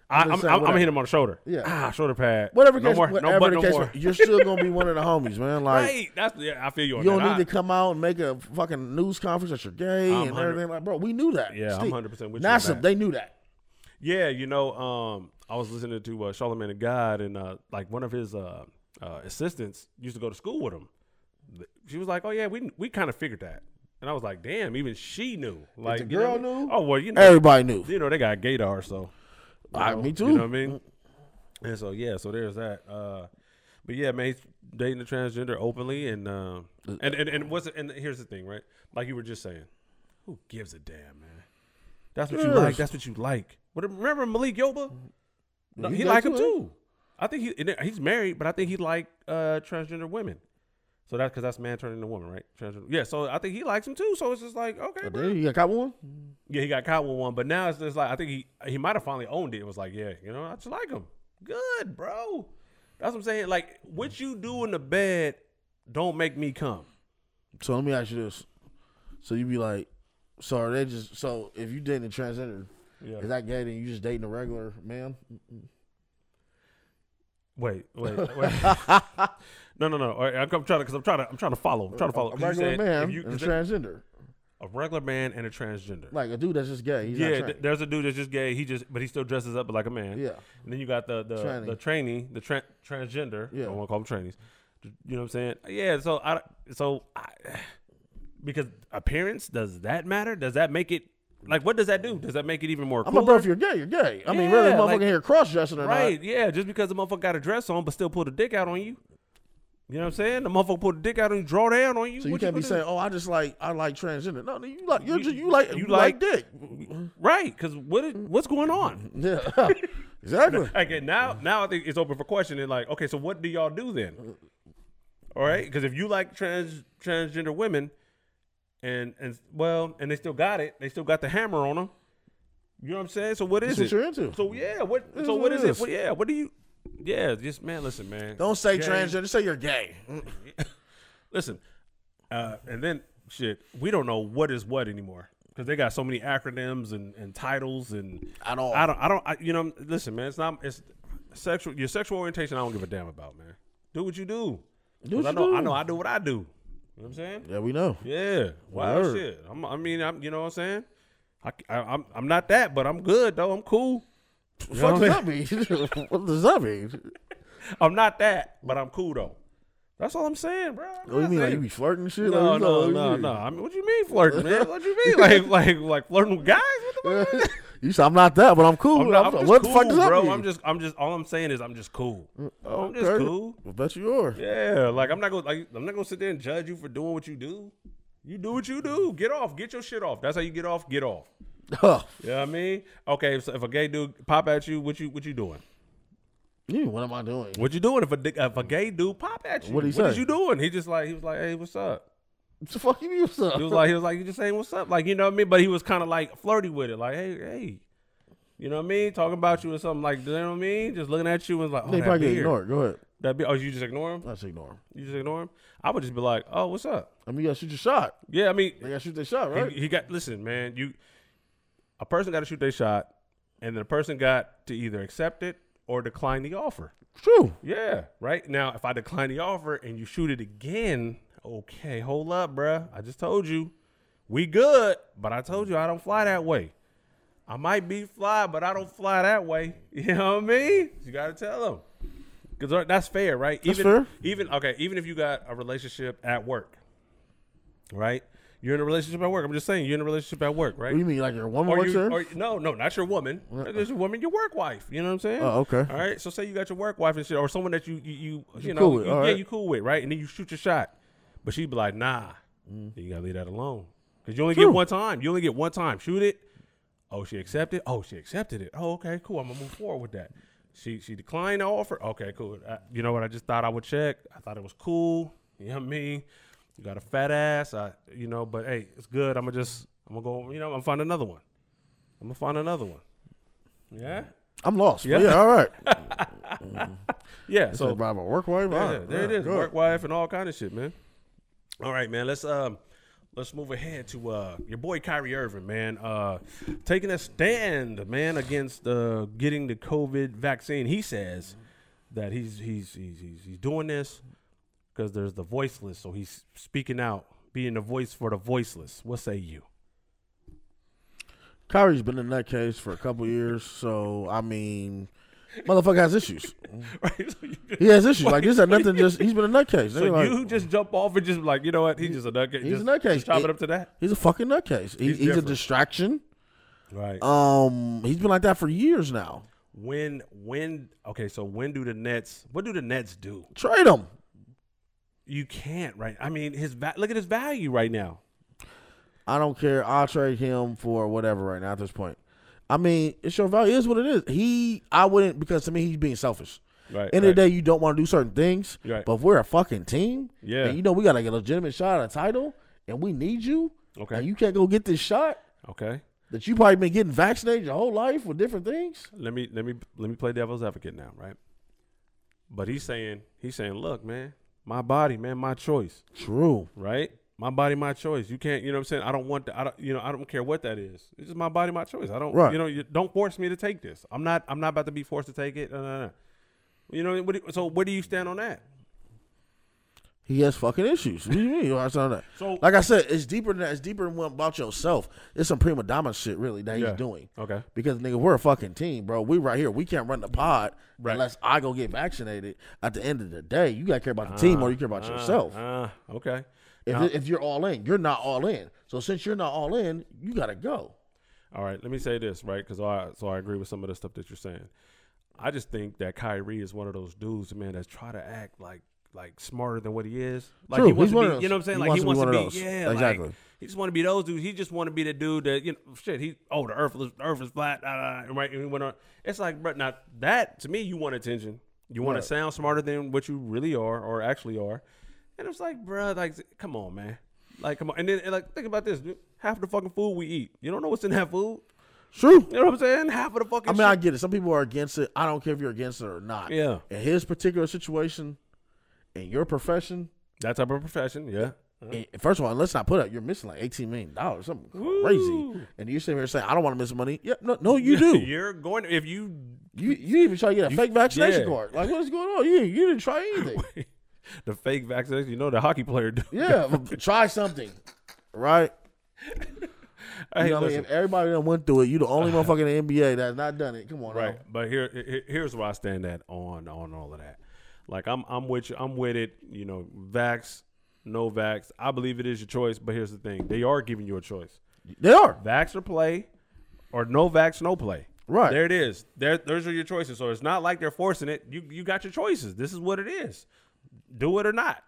A: I, I'm, I'm,
B: just saying
A: I'm gonna
B: whatever.
A: hit him on the shoulder.
B: Yeah.
A: Ah, shoulder pad.
B: whatever.
A: No
B: case,
A: more.
B: whatever
A: No butt.
B: the
A: No
B: case,
A: more.
B: you're still gonna be one of the homies, man. Like
A: Right. That's yeah. I feel you. On
B: you don't
A: that. I-
B: need to come out and make a fucking news conference that you're gay
A: I'm
B: and
A: 100
B: everything. Like, bro, we knew that.
A: Yeah, I'm
B: Steve,
A: 100% with you on
B: NASA,
A: that.
B: they knew that.
A: Yeah, you know, um, I was listening to uh, Charlemagne the God, and uh, like one of his uh, uh, assistants used to go to school with him. Th- She was like, "Oh yeah, we we kind of figured that," and I was like, "Damn, even she knew." Like
B: the
A: you know
B: girl
A: what I mean?
B: knew?
A: Oh well, you know,
B: Everybody knew.
A: you know they got Gator, so
B: I, me too.
A: you know what I mean? And so yeah, so there's that. Uh, but yeah, man, he's dating a transgender openly, and uh, and and and what's and here's the thing, right? Like you were just saying, who gives a damn, man? That's what you
B: Yes.
A: like. That's what you like. What remember Malik Yoba? No,
B: Mm-hmm. He
A: he
B: gay
A: like him
B: too,
A: too. I think he and he's married, but I think he like uh, transgender women. So that's because that's man turning to woman, right? Transgender. Yeah. So I think he likes him too. So it's just like okay,
B: But
A: bro.
B: then you got one.
A: Yeah, he got caught with one, but now it's just like I think he he might have finally owned it. It was like, yeah, you know, I just like him. Good, bro. That's what I'm saying. Like what you do in the bed, don't make me come.
B: So let me ask you this. So you be like, so are they just so if you dating a transgender,
A: Yeah.
B: is that gay? Then you just dating a regular man?
A: Wait, wait, wait. no, no, no. All right, I'm, I'm trying to because I'm trying to I'm trying to follow. I'm trying to follow.
B: A
A: 'Cause you
B: regular
A: said
B: man
A: if you-
B: and a
A: 'cause
B: transgender,
A: a regular man and a transgender.
B: like a dude that's just gay. He's
A: yeah,
B: not
A: th-
B: trans.
A: there's a dude that's just gay. He just but he still dresses up like a man.
B: Yeah.
A: And then you got the the
B: Tranny.
A: the trainee, the tra- transgender.
B: Yeah.
A: I want to call them trainees. You know what I'm saying? Yeah. So I so I because appearance does that matter? Does that make it like what does that do? Does that make it even more?
B: I'm like, bro,
A: Cooler?
B: if you're gay, you're gay. I mean, really,
A: Yeah,
B: motherfucker
A: like-
B: here cross dressing or
A: right?
B: not?
A: Yeah. Just because the motherfucker got a dress on but still pulled a dick out on you. You know what I'm saying? The motherfucker put a dick out and draw down on you.
B: So you
A: What
B: can't be
A: gonna
B: saying, "Oh, I just like I like transgender." No, you like you're
A: You-
B: just, you like you,
A: you
B: like,
A: like-
B: dick.
A: do? right? Because what is, what's going on?
B: Yeah, exactly.
A: Okay, now now I think it's open for questioning. Like, okay, so what do y'all do then? All right, because if you like trans transgender women, and and well, and they still got it, they still got the hammer on them. You know what I'm saying? So what is
B: That's what
A: it?
B: you're into.
A: So yeah, what?
B: This
A: so
B: is
A: what
B: what
A: is
B: it
A: it?
B: is.
A: What, yeah, what do you? Yeah, just man, listen, man.
B: Don't say
A: Gay.
B: transgender. Say you're gay.
A: Listen, uh, and then shit, we don't know what is what anymore because they got so many acronyms and, and titles and
B: At all.
A: I don't, I don't, I, you know. Listen, man, it's not it's sexual. Your sexual orientation, I don't give a damn about, man. Do what you do.
B: Do
A: 'Cause
B: what
A: I
B: you
A: know,
B: do.
A: I know, I do what I do. You know what I'm saying?
B: Yeah, we know.
A: Yeah, wild
B: Word.
A: shit. I'm, I mean, I'm, you know what I'm saying? I, am I'm not that, but I'm good though. I'm cool. You know
B: What
A: what I'm
B: does
A: saying?
B: that mean? what does that mean?
A: I'm not that, but I'm cool though. That's all I'm saying, bro. I'm
B: What do you
A: not
B: mean? Like
A: saying-
B: you be flirting and shit?
A: No,
B: Like,
A: no,
B: you
A: no,
B: know,
A: no. I mean, what you mean flirting, man? What you mean, like, like, like flirting with guys? What the fuck?
B: you- You said I'm not that, but I'm cool.
A: I'm, not,
B: I'm
A: I'm just
B: what
A: cool,
B: the fuck does that
A: bro.
B: mean? Mm,
A: I'm just, I'm just. All I'm saying is, I'm just cool. I'm just
B: Okay.
A: cool.
B: I bet you are.
A: Yeah, like I'm not gonna, like, I'm not gonna sit there and judge you for doing what you do. You do what you do. Get off. Get your shit off. That's how you get off. Get off.
B: Huh.
A: You know what I mean? Okay, so if a gay dude pop at you, what you, what you doing?
B: You, what am I doing?
A: What you doing if a dick- if a gay dude pop at you?
B: What'd he
A: What is
B: say?
A: you doing? He just like he was like, hey, what's up?
B: What the fuck you mean? What's up?
A: He was like, he was like, you just saying what's up, like you know what I mean. But he was kind of like flirty with it, like hey, hey, you know what I mean, talking about you or something like, you know what I mean, just looking at you and like, oh,
B: they
A: that
B: probably get
A: beard,
B: ignored. Go ahead.
A: that beard. Oh, you just ignore him?
B: Let's ignore him.
A: You just ignore him? I would just be like, oh, what's up?
B: I mean, you gotta shoot your shot.
A: Yeah, I mean,
B: They gotta shoot their shot,
A: he-
B: right?
A: he, got. Listen, man, you a person got to shoot their shot, and then a person got to either accept it or decline the offer.
B: True.
A: Yeah, right now, if I decline the offer and you shoot it again, okay, hold up, bruh. I just told you we good, but I told you I don't fly that way. I might be fly, but I don't fly that way. You know what I mean? You gotta tell them because that's fair, right?
B: That's
A: even
B: fair.
A: even okay, even if you got a relationship at work, right? You're in a relationship at work. I'm just saying you're in a relationship at work, right?
B: What do you mean? Like your woman
A: or
B: works
A: you,
B: there?
A: or no, no, not your woman. There's your woman, your work wife. You know what I'm saying?
B: Oh, okay.
A: All right. So say you got your work wife and shit, or someone that you you you, you know
B: cool with,
A: you,
B: all
A: yeah
B: right.
A: you cool with, right? And then you shoot your shot, but she'd be like, nah, then you gotta leave that alone because you only
B: Mm-hmm. True.
A: get one time. You only get one time. Shoot it. Oh, she accepted. Oh, she accepted it. Oh, okay, cool. I'm gonna move forward with that. She she declined the offer. Okay, cool. I, you know what? I just thought I would check. I thought it was cool. You know what I mean? You got a fat ass. I you know, but hey, it's good. I'm gonna just I'm gonna go. You know, I'm gonna find another one. I'm gonna find another one. Yeah.
B: I'm lost. Yeah.
A: Yeah.
B: yeah, all right.
A: Yeah.
B: So
A: So
B: about my work wife. all
A: yeah,
B: right,
A: there it
B: yeah,
A: is.
B: go ahead.
A: Work wife and all kind of shit, man. All right, man. Let's um let's move ahead to uh your boy Kyrie Irving, man. Uh taking a stand, man, against uh getting the COVID vaccine. He says that he's he's he's he's, he's doing this because there's the voiceless, so he's speaking out, being the voice for the voiceless. What say you?
B: Kyrie's been in that case for a couple years, so I mean, motherfucker has issues.
A: right. So, you just,
B: He has issues. Like this had nothing. Just he's been in that case.
A: so
B: They're like,
A: you just jump off and just like, you know what? He's just a nutcase.
B: he's
A: just,
B: a nutcase.
A: Just chop
B: It-
A: it up to that.
B: he's a fucking nutcase. He,
A: He's
B: he's a
A: different.
B: distraction.
A: Right.
B: Um, he's been like that for years now.
A: When when okay, so when do the Nets? What do the Nets do?
B: Trade him.
A: You can't, right? I mean, his va- look at his value right now.
B: I don't care. I'll trade him for whatever right now at this point. I mean, it's your value. It is what it is. He, I wouldn't because to me he's being selfish.
A: Right.
B: End of the day, you don't want to do certain things.
A: Right.
B: But if we're a fucking team,
A: Yeah.
B: and you know we got like a legitimate shot at a title, and we need you,
A: Okay.
B: and you can't go get this shot
A: okay.
B: that you probably been getting vaccinated your whole life with different things.
A: Let me let me let me play devil's advocate now, right? But he's saying he's saying, look, man, my body, man, my choice,
B: True.
A: right? My body, my choice. You can't, you know what I'm saying? I don't want the, I don't, you know, I don't care what that is. It's just my body, my choice. I don't,
B: Right.
A: you know, you, don't force me to take this. I'm not, I'm not about to be forced to take it. No, no, no. You know, what do, you- so where do you stand on that?
B: He has fucking issues. What do you mean? What's on that?
A: So-
B: like I said, it's deeper than that. It's deeper than what about yourself. It's some prima donna shit, really, that
A: Yeah.
B: he's doing.
A: Okay.
B: Because nigga, we're a fucking team, bro. We right here. We can't run the pod
A: Right.
B: unless I go get vaccinated. At the end of the day, you gotta care about the team or you care about
A: Ah,
B: yourself.
A: ah, okay.
B: if, it- if you're all in, you're not all in. So since you're not all in, you gotta go.
A: All right, let me say this, right? Because I so I agree with some of the stuff that you're saying. I just think that Kyrie is one of those dudes, man, that's try to act like like smarter than what he is. Like he
B: True,
A: wants
B: he's
A: to
B: one
A: be,
B: of
A: you know what I'm
B: those.
A: saying?
B: He
A: like he
B: wants
A: wants
B: to
A: to be,
B: be one of those.
A: yeah,
B: Exactly.
A: Like, he just want to be those dudes. He just want to be the dude that you know, shit. He oh the earth is earth is flat, da, da, da, and right? And he went on. It's like, bro, now that to me, you want attention. You want
B: Right.
A: to sound smarter than what you really are or actually are. And it's like, bro, like come on, man, like come on. And then and like think about this, dude. Half the fucking food we eat, you don't know what's in that food.
B: True.
A: You know what I'm saying? Half of the fucking.
B: I mean,
A: shit.
B: I get it. Some people are against it. I don't care if you're against it or not.
A: Yeah.
B: In his particular situation, in your profession,
A: that type of profession, yeah.
B: and- first of all, let's not put up. You're missing like eighteen million dollars, something crazy.
A: Woo.
B: And you sit here saying, "I don't want to miss money." Yeah, no, no, you do.
A: You're going if you
B: you you even try to get a fake vaccination
A: yeah.
B: card. Like, what is going on? You you didn't try anything.
A: the fake vaccination. You know the hockey player. Do.
B: yeah, but try something, right?
A: Hey,
B: you know what I mean?
A: listen,
B: If everybody done went through it, you the only motherfucker in the NBA that has not done it. Come on,
A: right.
B: now.
A: But here, here- here's where I stand at on on all of that. Like I'm I'm with you. I'm with it. You know, vax, no vax. I believe it is your choice. But here's the thing: they are giving you a choice:
B: They are
A: vax or play, or no vax, no play.
B: Right.
A: there it is. There, those are your choices. So it's not like they're forcing it. You you got your choices. This is what it is. Do it or not.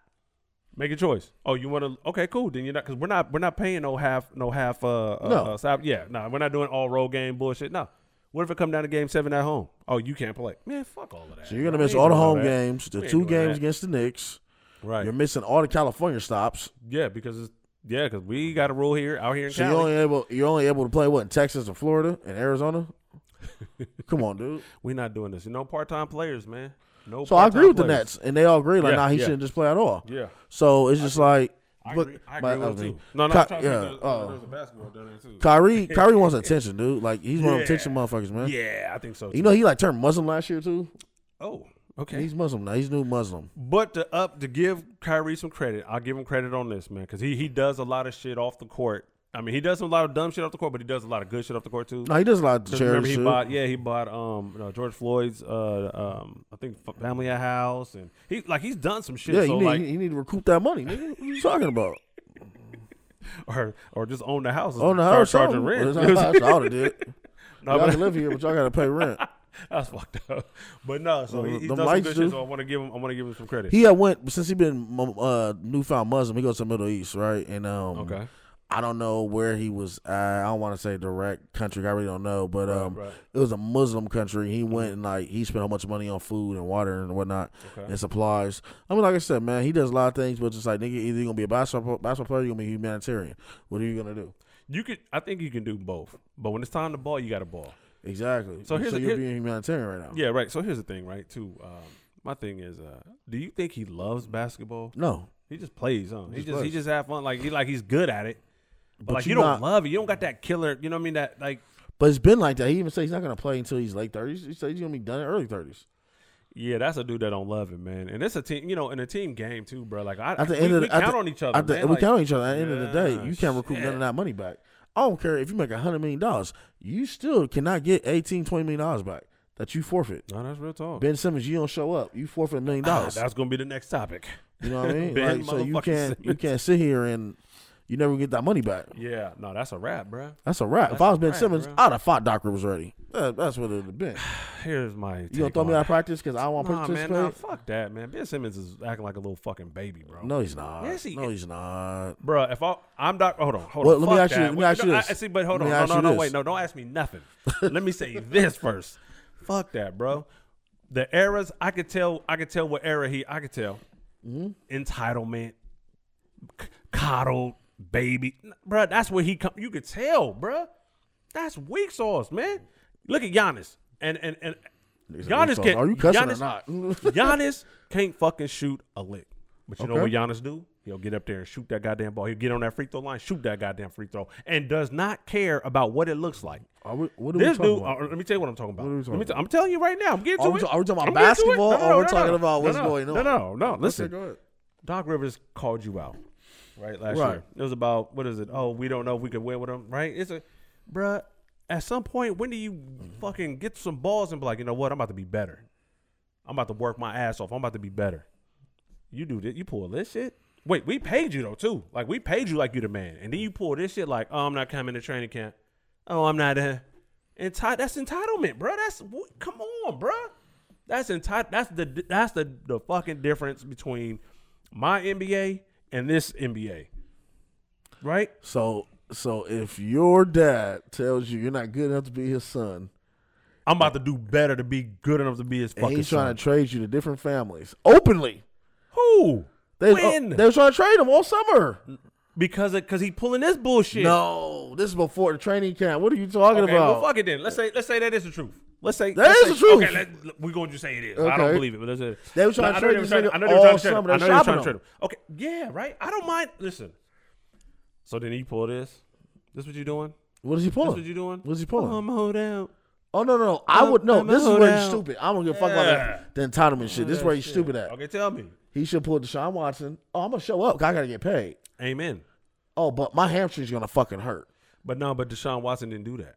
A: Make a choice. Oh, you want to? Okay, cool. Then you're not because we're not we're not paying no half no half uh, uh,
B: No.
A: uh side- yeah no we're not doing all road game bullshit no. What if it come down to game seven at home? Oh, you can't play. Man, fuck all of that.
B: So you're gonna
A: bro.
B: miss
A: We ain't
B: all the
A: doing that.
B: home games, the
A: We ain't
B: two
A: doing
B: games
A: that.
B: against the Knicks.
A: Right.
B: You're missing all the California stops.
A: yeah, because it's, yeah, because we got a rule here out here in
B: So
A: Cali.
B: you're only able you're only able to play what in Texas and Florida and Arizona. Come on, dude.
A: we're not doing this. No part time players, man. No.
B: So I
A: part-time
B: agree with the
A: players.
B: Nets, and they all agree like,
A: Yeah,
B: nah, he
A: yeah.
B: shouldn't just play at all.
A: Yeah.
B: So it's just like,
A: I
B: but
A: agree. I
B: but-
A: agree with
B: okay.
A: him, too. No, no,
B: Ky-
A: I'm trying to
B: yeah,
A: yeah, there's,
B: uh,
A: there's a basketball down there too.
B: Kyrie, Kyrie wants attention, dude. Like he's one of
A: Yeah.
B: them attention motherfuckers, man.
A: yeah, I think so. Too.
B: You know he like turned Muslim last year too.
A: oh, okay.
B: He's Muslim now. He's new Muslim.
A: But to up to give Kyrie some credit, I'll give him credit on this, man, because he he does a lot of shit off the court. I mean, he does a lot of dumb shit off the court, but he does a lot of good shit off the court too.
B: No, he does a lot of
A: 'Cause remember
B: charity
A: he
B: shit.
A: bought yeah he bought um you know, George Floyd's uh um I think f- family a house and he like he's done some shit
B: yeah,
A: so
B: you need
A: like
B: you need to recoup that money. Nigga. What you talking about?
A: or or just own the house and
B: Oh no,
A: start
B: house,
A: charging
B: something.
A: rent
B: That's all it did.
A: No,
B: y'all
A: but-
B: can live here, but y'all gotta pay rent.
A: that's fucked up but no so he, he
B: Them
A: does some
B: lights
A: good
B: do.
A: shit so I want to give him I want to give him some credit
B: He had went since he been um, uh, newfound Muslim. He goes to the Middle East, right? And um,
A: okay
B: I don't know where he was. At. I don't want to say direct country. I really don't know, but um,
A: right. Mm-hmm.
B: it was a Muslim country. He went and like he spent a bunch of money on food and water and whatnot
A: Okay.
B: and supplies. I mean, like I said, man, he does a lot of things, but just like nigga, either you gonna be a basketball basketball player, or you gonna be a humanitarian. What are you gonna do?
A: You could, I think you can do both. But when it's time to ball, you got to ball.
B: Exactly.
A: So here's
B: so
A: the-
B: you're
A: here-
B: being humanitarian right now.
A: Yeah, right. So here's the thing, right? Too. Um, my thing is, uh, do you think he loves basketball?
B: No,
A: He just plays, huh? He
B: Just
A: just he
B: plays.
A: just have fun. Like he like he's good at it. But,
B: But
A: like
B: you
A: you don't
B: not-
A: love it. You don't got that killer. You know what I mean? That like
B: but it's been like that. He even said he's not gonna play until he's late thirties. He said he's gonna be done in early thirties.
A: yeah, that's a dude that don't love it, man. And it's a team, you know, in a team game too, bro. Like I,
B: At the
A: we,
B: end of
A: we
B: the, at
A: count
B: the-
A: on each other.
B: at the-
A: man.
B: we
A: Like,
B: count on each other. At the end of the day,
A: yeah,
B: you can't recoup none of that money back. I don't care if you make a hundred million dollars, you still cannot get 18, 20 million dollars back that you forfeit.
A: No, that's real talk.
B: Ben Simmons, you don't show up, you forfeit a million
A: Ah,
B: dollars.
A: that's gonna be the next topic.
B: You know what I mean?
A: Ben
B: Like, so you
A: motherfucking
B: can't you
A: Simmons.
B: can't sit here and you never get that money back.
A: Yeah, no, that's a wrap, bro.
B: That's a wrap. if
A: That's
B: I
A: a
B: was Ben
A: wrap,
B: Simmons,
A: bro.
B: I'd have thought Docker was ready. That, that's what it would have been.
A: Here's my
B: You gonna
A: take
B: throw me
A: on
B: out of practice because I don't want to
A: Nah, man,
B: participate?
A: nah, fuck that, man. Ben Simmons is acting like a little fucking baby, bro.
B: No, he's not.
A: Yes, he
B: no,
A: is.
B: he's not.
A: bro. If I, I'm not. Hold on, hold
B: Well,
A: on.
B: let me
A: fuck
B: ask you-
A: that.
B: let me
A: Wait,
B: ask you
A: no, I-
B: this.
A: see, but hold
B: Let me
A: on,
B: ask
A: no,
B: you
A: no, no,
B: this.
A: wait, no, don't ask me nothing. let me say this first. Fuck that, bro. The eras, I could tell, I could tell what era he, I could tell.
B: Mm-hmm.
A: Entitlement, c- coddled, baby, bro. That's where he come. You could tell, bro. That's weak sauce, man. Look at Giannis, and and and
B: Niggas are
A: Giannis
B: weak
A: can.
B: sauce. Are you cussing
A: Giannis-
B: or not?
A: Giannis can't fucking shoot a lick. But you know
B: Okay.
A: what Giannis do? He'll get up there and shoot that goddamn ball. He'll get on that free throw line, shoot that goddamn free throw, and does not care about what it looks like.
B: Are we, Uh, what are we
A: This
B: talking
A: dude,
B: about?
A: uh, let me tell you what I'm talking about.
B: are we
A: Let me
B: talking
A: t- I'm telling you right now. I'm getting
B: Are
A: to
B: we
A: it.
B: ta- are we talking about
A: I'm getting to it.
B: basketball, or we're talking
A: no,
B: about what's
A: no,
B: going on?
A: No, no, no. Listen,
B: Okay, go ahead.
A: Doc Rivers called you out, right? Last
B: Right.
A: year it was about what is it? Oh, we don't know if we could win with him, right? It's a, bruh. At some point, when do you
B: Mm-hmm.
A: fucking get some balls and be like, you know what? I'm about to be better. I'm about to work my ass off. I'm about to be better. You do this. You pull this shit. Wait, we paid you though too. Like we paid you like you the man, and then you pull this shit like, oh, I'm not coming to training camp. Oh, I'm not. Uh, enti- that's entitlement, bruh. That's what, come on, bruh. That's enti- That's the that's the the fucking difference between my NBA and this NBA, right?
B: So so if your dad tells you you're not good enough to be his son,
A: I'm about to do better to be good enough to be his
B: and
A: fucking
B: he's
A: son.
B: trying to trade you to different families openly,
A: Who?
B: they oh,
A: when?
B: they were trying to trade him all summer.
A: because it, cause he pulling this bullshit.
B: No, this is before the training camp. What are you talking
A: Okay,
B: about?
A: well, fuck it then. Let's say let's say that is the truth. Let's say
B: That
A: let's
B: is
A: say-
B: the truth.
A: Okay, let, we're going to say it is. I don't
B: Okay.
A: believe it, but let's say
B: They were
A: No,
B: trying to
A: I know
B: trade
A: they were
B: this
A: trying
B: nigga
A: I know they were trying
B: all
A: to trade him.
B: summer.
A: I
B: They
A: know they were
B: shopping
A: trying to trade
B: him.
A: him. Okay, yeah, right. I don't mind. Listen. So then he pull this. This what you doing?
B: What is he
A: This
B: pulling?
A: what you doing?
B: What's he pulling?
A: I'm hold out.
B: oh no, no, no. I
A: I'm-
B: would no.
A: I'm
B: this is
A: hold
B: where he's
A: out.
B: stupid. I don't give a fuck about the, the entitlement shit. This is where he's stupid at.
A: Okay, tell me.
B: He should pull Deshaun Watson. Oh, I'm gonna show up. 'cause I gotta get paid.
A: Amen.
B: Oh, but my hamstring's gonna fucking hurt.
A: But no, but Deshaun Watson didn't do that.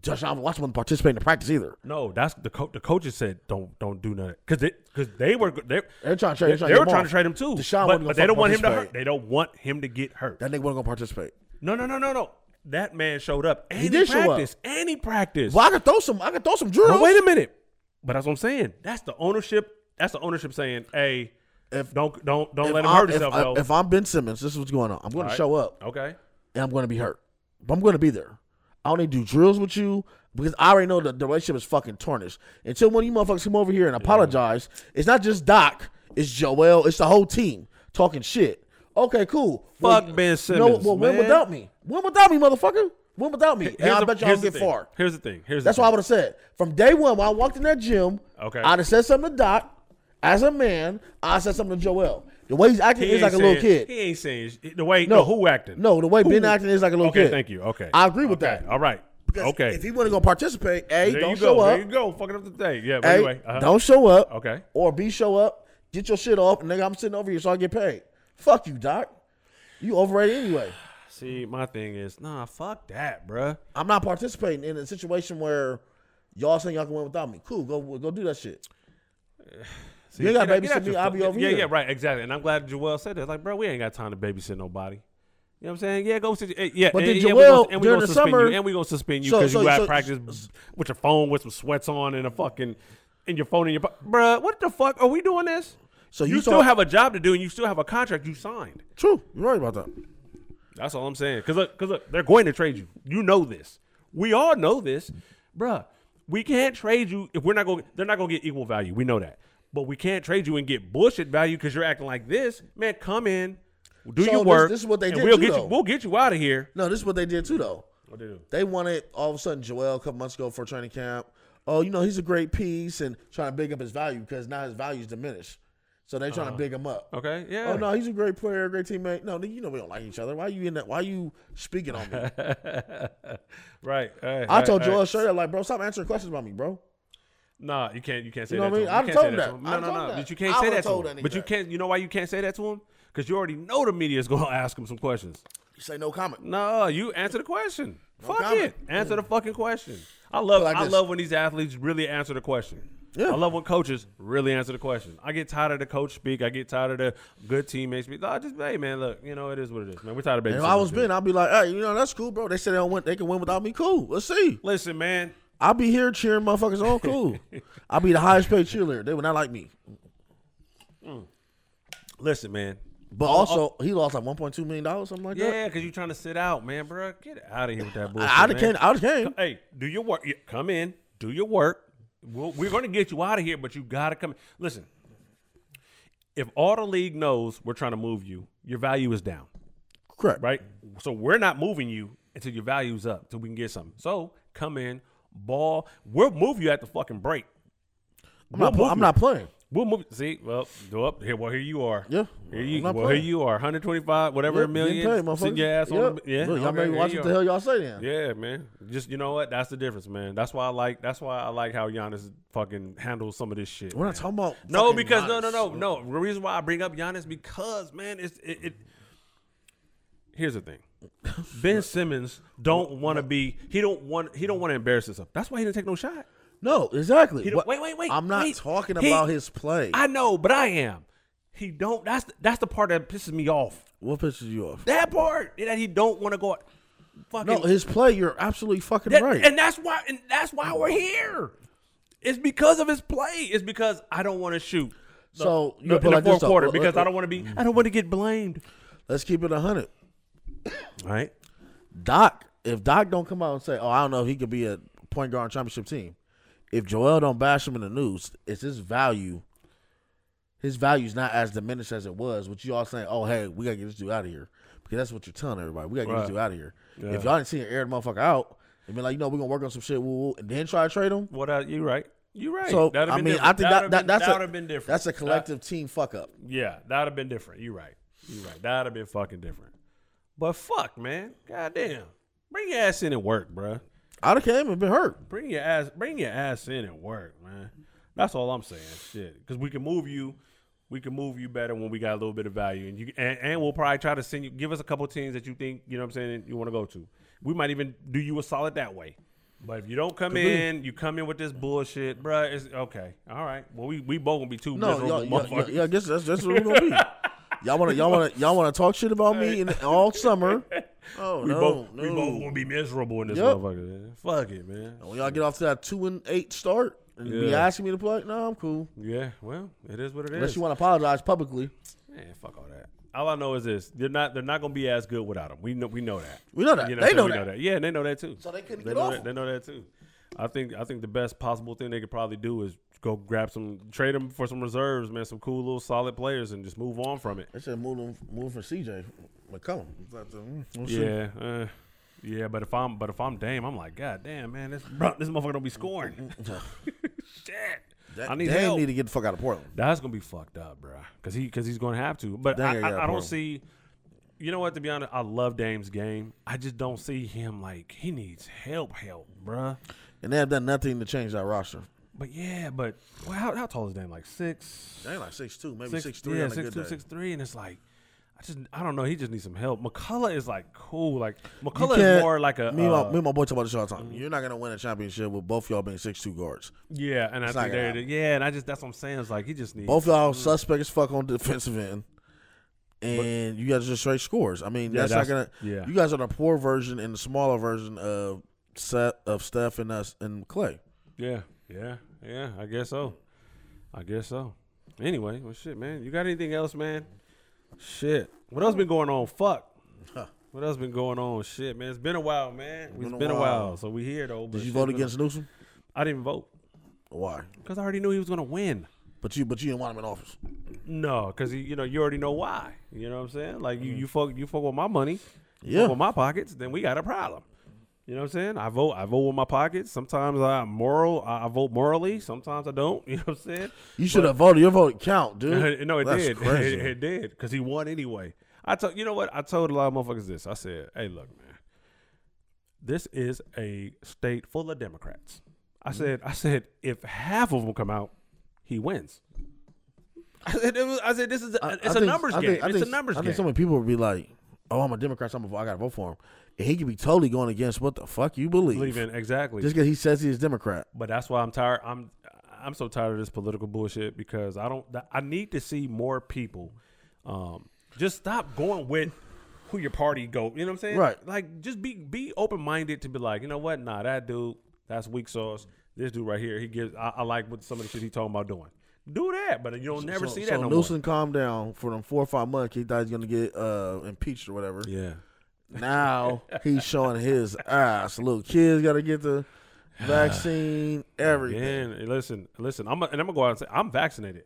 B: Deshaun Watson wasn't participating in practice either.
A: No, that's the coach. The coaches said don't don't do nothing because they because they were they
B: They're trying to trade.
A: they,
B: They're trying
A: they
B: to
A: were
B: get
A: trying
B: off.
A: to trade him too. but,
B: Deshaun
A: but
B: wasn't gonna
A: they don't
B: fucking
A: want him to
B: participate.
A: hurt. They don't want him to get hurt.
B: That nigga wasn't gonna participate.
A: No, no, no, no, no. That man showed up and he,
B: did show up.
A: practiced. And he practiced.
B: Well, I could throw some. I could throw some drills.
A: But wait a minute. But that's what I'm saying. That's the ownership. That's the ownership saying, "Hey,
B: If-
A: don't don't don't
B: If
A: let him
B: I'm-
A: hurt
B: if
A: himself
B: I-
A: though."
B: if I'm Ben Simmons, this is what's going on. I'm gonna
A: All right.
B: show up.
A: okay.
B: and I'm going to be hurt. But I'm going to be there. I don't need to do drills with you because I already know that the relationship is fucking tarnished. Until one of you motherfuckers come over here and apologize, it's not just Doc, it's Joel, it's the whole team talking shit. Okay, cool.
A: Fuck Ben
B: No,
A: Simmons,
B: well, win
A: man.
B: without me. Win without me, motherfucker. Win without me. And
A: Here's
B: I
A: the-
B: bet you I
A: here's
B: don't
A: the
B: get
A: thing.
B: far.
A: Here's the thing. Here's
B: That's
A: the
B: what I
A: thing.
B: would have said. From day one, when I walked in that gym,
A: Okay.
B: I'd have said something to Doc. I said something to Doc. I said something to Joel. The way he's acting is
A: ain't
B: like a little
A: saying-
B: kid.
A: He ain't saying sh- the way. No,
B: No.
A: who acting?
B: No, the way
A: Who-
B: Ben acting is like a little
A: okay,
B: kid.
A: Thank you. Okay,
B: I agree with
A: Okay,
B: that.
A: All right.
B: Because
A: okay.
B: If he wasn't gonna participate, A,
A: there you
B: don't
A: go.
B: show
A: There
B: up.
A: you go. Fucking up the thing. Yeah. But
B: A,
A: anyway, uh-huh.
B: don't show up.
A: Okay.
B: Or B, show up. Get your shit off, and nigga, I'm sitting over here, so I get paid. Fuck you, Doc. You overrated anyway.
A: See, my thing is, nah, fuck that, bruh.
B: I'm not participating in a situation where y'all saying y'all can win without me. Cool, go go do that shit.
A: See,
B: You ain't gotta
A: get out- get
B: babysit
A: out
B: me,
A: your
B: I'll
A: fu-
B: be over
A: yeah,
B: here.
A: Yeah, right, exactly. And I'm glad Joel said that. Like, bro, we ain't got time to babysit nobody. You know what I'm saying? Yeah, go sit. eh, Yeah,
B: But
A: eh,
B: then
A: yeah, we
B: Joel,
A: gonna- and we
B: during
A: gonna
B: the
A: suspend
B: summer-
A: you, and we gonna suspend you
B: So-
A: because
B: so-
A: you at
B: so-
A: practice b- with your phone with some sweats on and a fucking and your phone in your po- bruh. What the fuck are we doing this?
B: So
A: you,
B: you
A: still
B: talk-
A: have a job to do, and you still have a contract you signed.
B: True, you're right about that.
A: That's all I'm saying. Because look, because look, they're going to trade you. You know this. We all know this, bruh. We can't trade you if we're not going. to They're not going to get equal value. We know that. But we can't trade you and get bullshit value because you're acting like this. Man, come in, do
B: So
A: your
B: this-
A: work.
B: this is what they
A: and
B: did
A: We'll
B: too,
A: get
B: though.
A: you. We'll get you out of here.
B: No, this is what they did too, though. They wanted all of a sudden Joel a couple months ago for training camp. Oh, you know he's a great piece and trying to big up his value because now his value's diminished. So they're trying to big him up.
A: Uh-huh. Okay. Yeah.
B: Oh no, he's a great player, great teammate. No, nigga, you know we don't like each other. Why you in that? Why you speaking on me?
A: Right. Hey,
B: I
A: hey,
B: told
A: hey.
B: Joel straight up, like, bro, stop answering questions about me, bro.
A: Nah, you can't. You can't say
B: You know
A: that.
B: what
A: to
B: I
A: him.
B: mean?
A: You can't say
B: I'd've told him
A: to him.
B: that.
A: No,
B: I'd've
A: no,
B: told
A: no.
B: him
A: But you
B: that.
A: can't
B: I
A: say
B: would've
A: that
B: told
A: to him.
B: that
A: But you
B: nigga.
A: can't. You know why you can't say that to him? Because you already know the media's gonna ask him some questions.
B: You say no comment.
A: No, you answer the question. Fuck
B: comment.
A: it. Answer the fucking question. I love
B: like
A: I
B: this.
A: love when these athletes really answer the question.
B: Yeah.
A: I love when coaches really answer the question. I get tired of the coach speak. I get tired of the good teammates speak. No, just hey man, look, you know it is what it is, man. We're tired of baby.
B: If I was Ben, I'd be like, hey, you know that's cool, bro. They said they don't win. They can win without me. Cool. Let's see.
A: Listen, man.
B: I'll be here cheering motherfuckers on. Cool. I'll be the highest paid cheerleader. They would not like me.
A: Listen, man.
B: But also, he lost like one point two million dollars, something like
A: Oh,
B: that.
A: Yeah, because you're trying to sit out, man, bro. Get out of here with that bullshit.
B: I, I'd
A: man.
B: have came. I'd have came.
A: hey, do your work. Yeah, Come in, do your work. We'll, we're going to get you out of here, but you got to come. Listen, if all the league knows we're trying to move you, your value is down,
B: Correct.
A: right? So we're not moving you until your value's up, till we can get something. So come in, ball. We'll move you at the fucking break.
B: I'm, not, pl- I'm not playing.
A: We'll move. See, well, go up here. Well, here you are.
B: Yeah,
A: Here
B: I'm
A: you.
B: not
A: Well, here
B: playing.
A: you are. 125, whatever
B: Yep,
A: million.
B: getting paid,
A: sitting
B: motherfucker.
A: your ass on.
B: Yep.
A: The, yeah.
B: Look, y'all
A: okay,
B: better
A: here
B: watch
A: you
B: what
A: are.
B: the hell y'all say then.
A: Yeah, man. Just you know what? That's the difference, man. That's why I like. That's why I like how Giannis fucking handles some of this shit.
B: We're
A: man.
B: not talking about
A: no,
B: fucking
A: because no, no,
B: Giannis.
A: no, no. The reason why I bring up Giannis because man, it's it. it here's the thing. Ben Simmons don't want to be. He don't want. He don't want to embarrass himself. That's why he didn't take no shot.
B: No, exactly.
A: He don't-
B: What-
A: wait, wait, wait,
B: I'm not
A: wait.
B: talking
A: He-
B: about his play.
A: I know, but I am. He don't. That's the, that's the part that pisses me off.
B: what pisses you off?
A: That part that he don't want to go. out. Fucking
B: No, his play. You're absolutely fucking
A: That-
B: right.
A: And that's why and that's why we're here. It's because of his play. It's because I don't want to shoot.
B: So
A: No,
B: you
A: in
B: put
A: the
B: like
A: fourth
B: this
A: quarter,
B: though. Let-
A: because
B: let-
A: I don't want to be, I don't want to get blamed.
B: Let's keep it hundred.
A: All right,
B: Doc, if Doc don't come out and say, "Oh, I don't know if he could be a point guard on championship team," if Joel don't bash him in the news, it's his value. His value's not as diminished as it was. But you all saying, "Oh, hey, we gotta get this dude out of here," because that's what you're telling everybody. We gotta get
A: Right.
B: this dude out of here.
A: Yeah.
B: If y'all didn't see him air the motherfucker out and be like, you know, we're gonna work on some shit, woo, woo, and then try to trade him.
A: what? I, you right? You right?
B: So
A: That'd have
B: I
A: been
B: mean,
A: different.
B: I think that,
A: That'd have
B: that
A: been-
B: that's
A: that'd
B: a
A: have been different.
B: that's a
A: That-
B: collective team fuck up.
A: yeah, that'd have been different. You right? You right? That'd have been fucking different. But fuck, man, goddamn, bring your ass in and work, bruh.
B: I'd have came and been hurt.
A: Bring your ass, bring your ass in and work, man. That's all I'm saying. Shit, because we can move you, we can move you better when we got a little bit of value, and you and, and we'll probably try to send you. Give us a couple teams that you think you know what I'm saying you want to go to. We might even do you a solid that way. But if you don't come in, you come in with this bullshit, bruh. It's okay. All right. Well, we we both gonna be two
B: No, y'all,
A: miserable
B: y'all,
A: motherfuckers.
B: y'all, y'all, guess that's that's what we're gonna be. Y'all wanna y'all wanna y'all wanna talk shit about me in, all summer. Oh
A: we
B: no,
A: both
B: no.
A: we both gonna be miserable in this
B: Yep.
A: motherfucker. Man. Fuck it, man.
B: when y'all get off to that two and eight start and be
A: Yeah.
B: asking me to play, no, I'm cool.
A: Yeah. Well, it is what it is.
B: Unless you want to apologize publicly,
A: Man, fuck all that. All I know is this: they're not they're not gonna be as good without him. We know we know that.
B: We know
A: what
B: that. They
A: I'm
B: know
A: saying? We
B: that.
A: Yeah, and they know that too.
B: So they couldn't
A: they
B: get
A: know
B: off
A: That,
B: him.
A: they know that too. I think I think the best possible thing they could probably do is go grab some trade them for some reserves, man, some cool little solid players, and just move on from it.
B: they should move them move for CJ McCollum. mm, We'll see.
A: Yeah, uh, yeah. But if I'm but if I'm Dame, I'm like, God damn, man, this bro, this motherfucker don't be scoring. Shit,
B: mm, That,
A: I need
B: they
A: help.
B: need to get the fuck out of Portland.
A: That's gonna be fucked up, bro. Cause he, cause he's gonna have to. But
B: Dang,
A: I,
B: I
A: I,
B: got a
A: I don't
B: problem.
A: see. You know what? To be honest, I love Dame's game. I just don't see him like he needs help, help, bruh.
B: And they have done nothing to change that roster.
A: But yeah, but well, how, how tall is Dame? Like six,
B: They like six two, maybe
A: six, yeah, six two, six three, and it's like. I just, I don't know. He just needs some help. McCullough is like cool. Like McCullough is more like a
B: me, and
A: uh,
B: my, me and my boy talk about this all the time. You're not gonna win a championship with both y'all being six two guards.
A: yeah, and I
B: not
A: think
B: gonna
A: they're yeah, and I just that's what I'm saying. It's like he just needs
B: Both y'all suspect as fuck on the defensive end. And you guys are just straight scores. I mean,
A: Yeah,
B: that's,
A: that's-
B: not gonna.
A: yeah.
B: You guys are the poor version and the smaller version of set of Steph and us and Clay.
A: Yeah, yeah, yeah. I guess so. I guess so. Anyway, well, shit, man. You got anything else, man? Shit. What else been going on? Fuck.
B: Huh.
A: What else been going on? Shit, man. It's been a while, man. It's been, a, while. so we here though. but
B: Did you
A: shit,
B: vote
A: been a-
B: against Newsom?
A: I didn't vote
B: Why?
A: because I already knew he was gonna win.
B: But you, but you didn't want him in office.
A: No, because you know you already know why. You know what I'm saying? Like you, you fuck, you fuck with my money. You
B: Yeah.
A: fuck with my pockets, then we got a problem. You know what I'm saying? I vote. I vote with my pockets. Sometimes I moral. I I vote morally. Sometimes I don't. You know what I'm saying?
B: You should have voted. Your vote count, dude.
A: no, it
B: That's
A: did.
B: crazy.
A: It, it did because he won anyway. I told you know what I told a lot of motherfuckers this. I said, "Hey, look, man, this is a state full of Democrats." I
B: Mm-hmm.
A: said, "I said if half of them come out, he wins." I said, it was, I said this is a,
B: I-
A: it's
B: I
A: a
B: think-
A: numbers
B: I
A: game.
B: think- I
A: it's
B: think-
A: a numbers
B: I
A: game.
B: think so many people would be like, "Oh, I'm a Democrat, so I'm a, vote- I gotta vote for him." And he could be totally going against what the fuck you believe,
A: Believe in exactly.
B: just because he says he's Democrat.
A: But that's why I'm tired. I'm I'm so tired of this political bullshit because I don't. I need to see more people. Um, just stop going with who your party go. You know what I'm saying?
B: Right.
A: Like just be be open minded to be like you know what? Nah, that dude that's weak sauce. This dude right here, he gives. I, I like what some of the shit he talking about doing. Do that, but you'll never
B: so,
A: see
B: so
A: that no
B: Newsom calmed down for them four or five months. He thought he was gonna get uh, impeached or whatever.
A: more. Yeah.
B: Now he's showing his ass. Little kids gotta get the vaccine. Everything.
A: Man, listen, listen. I'm a, and I'm gonna go out and say I'm vaccinated,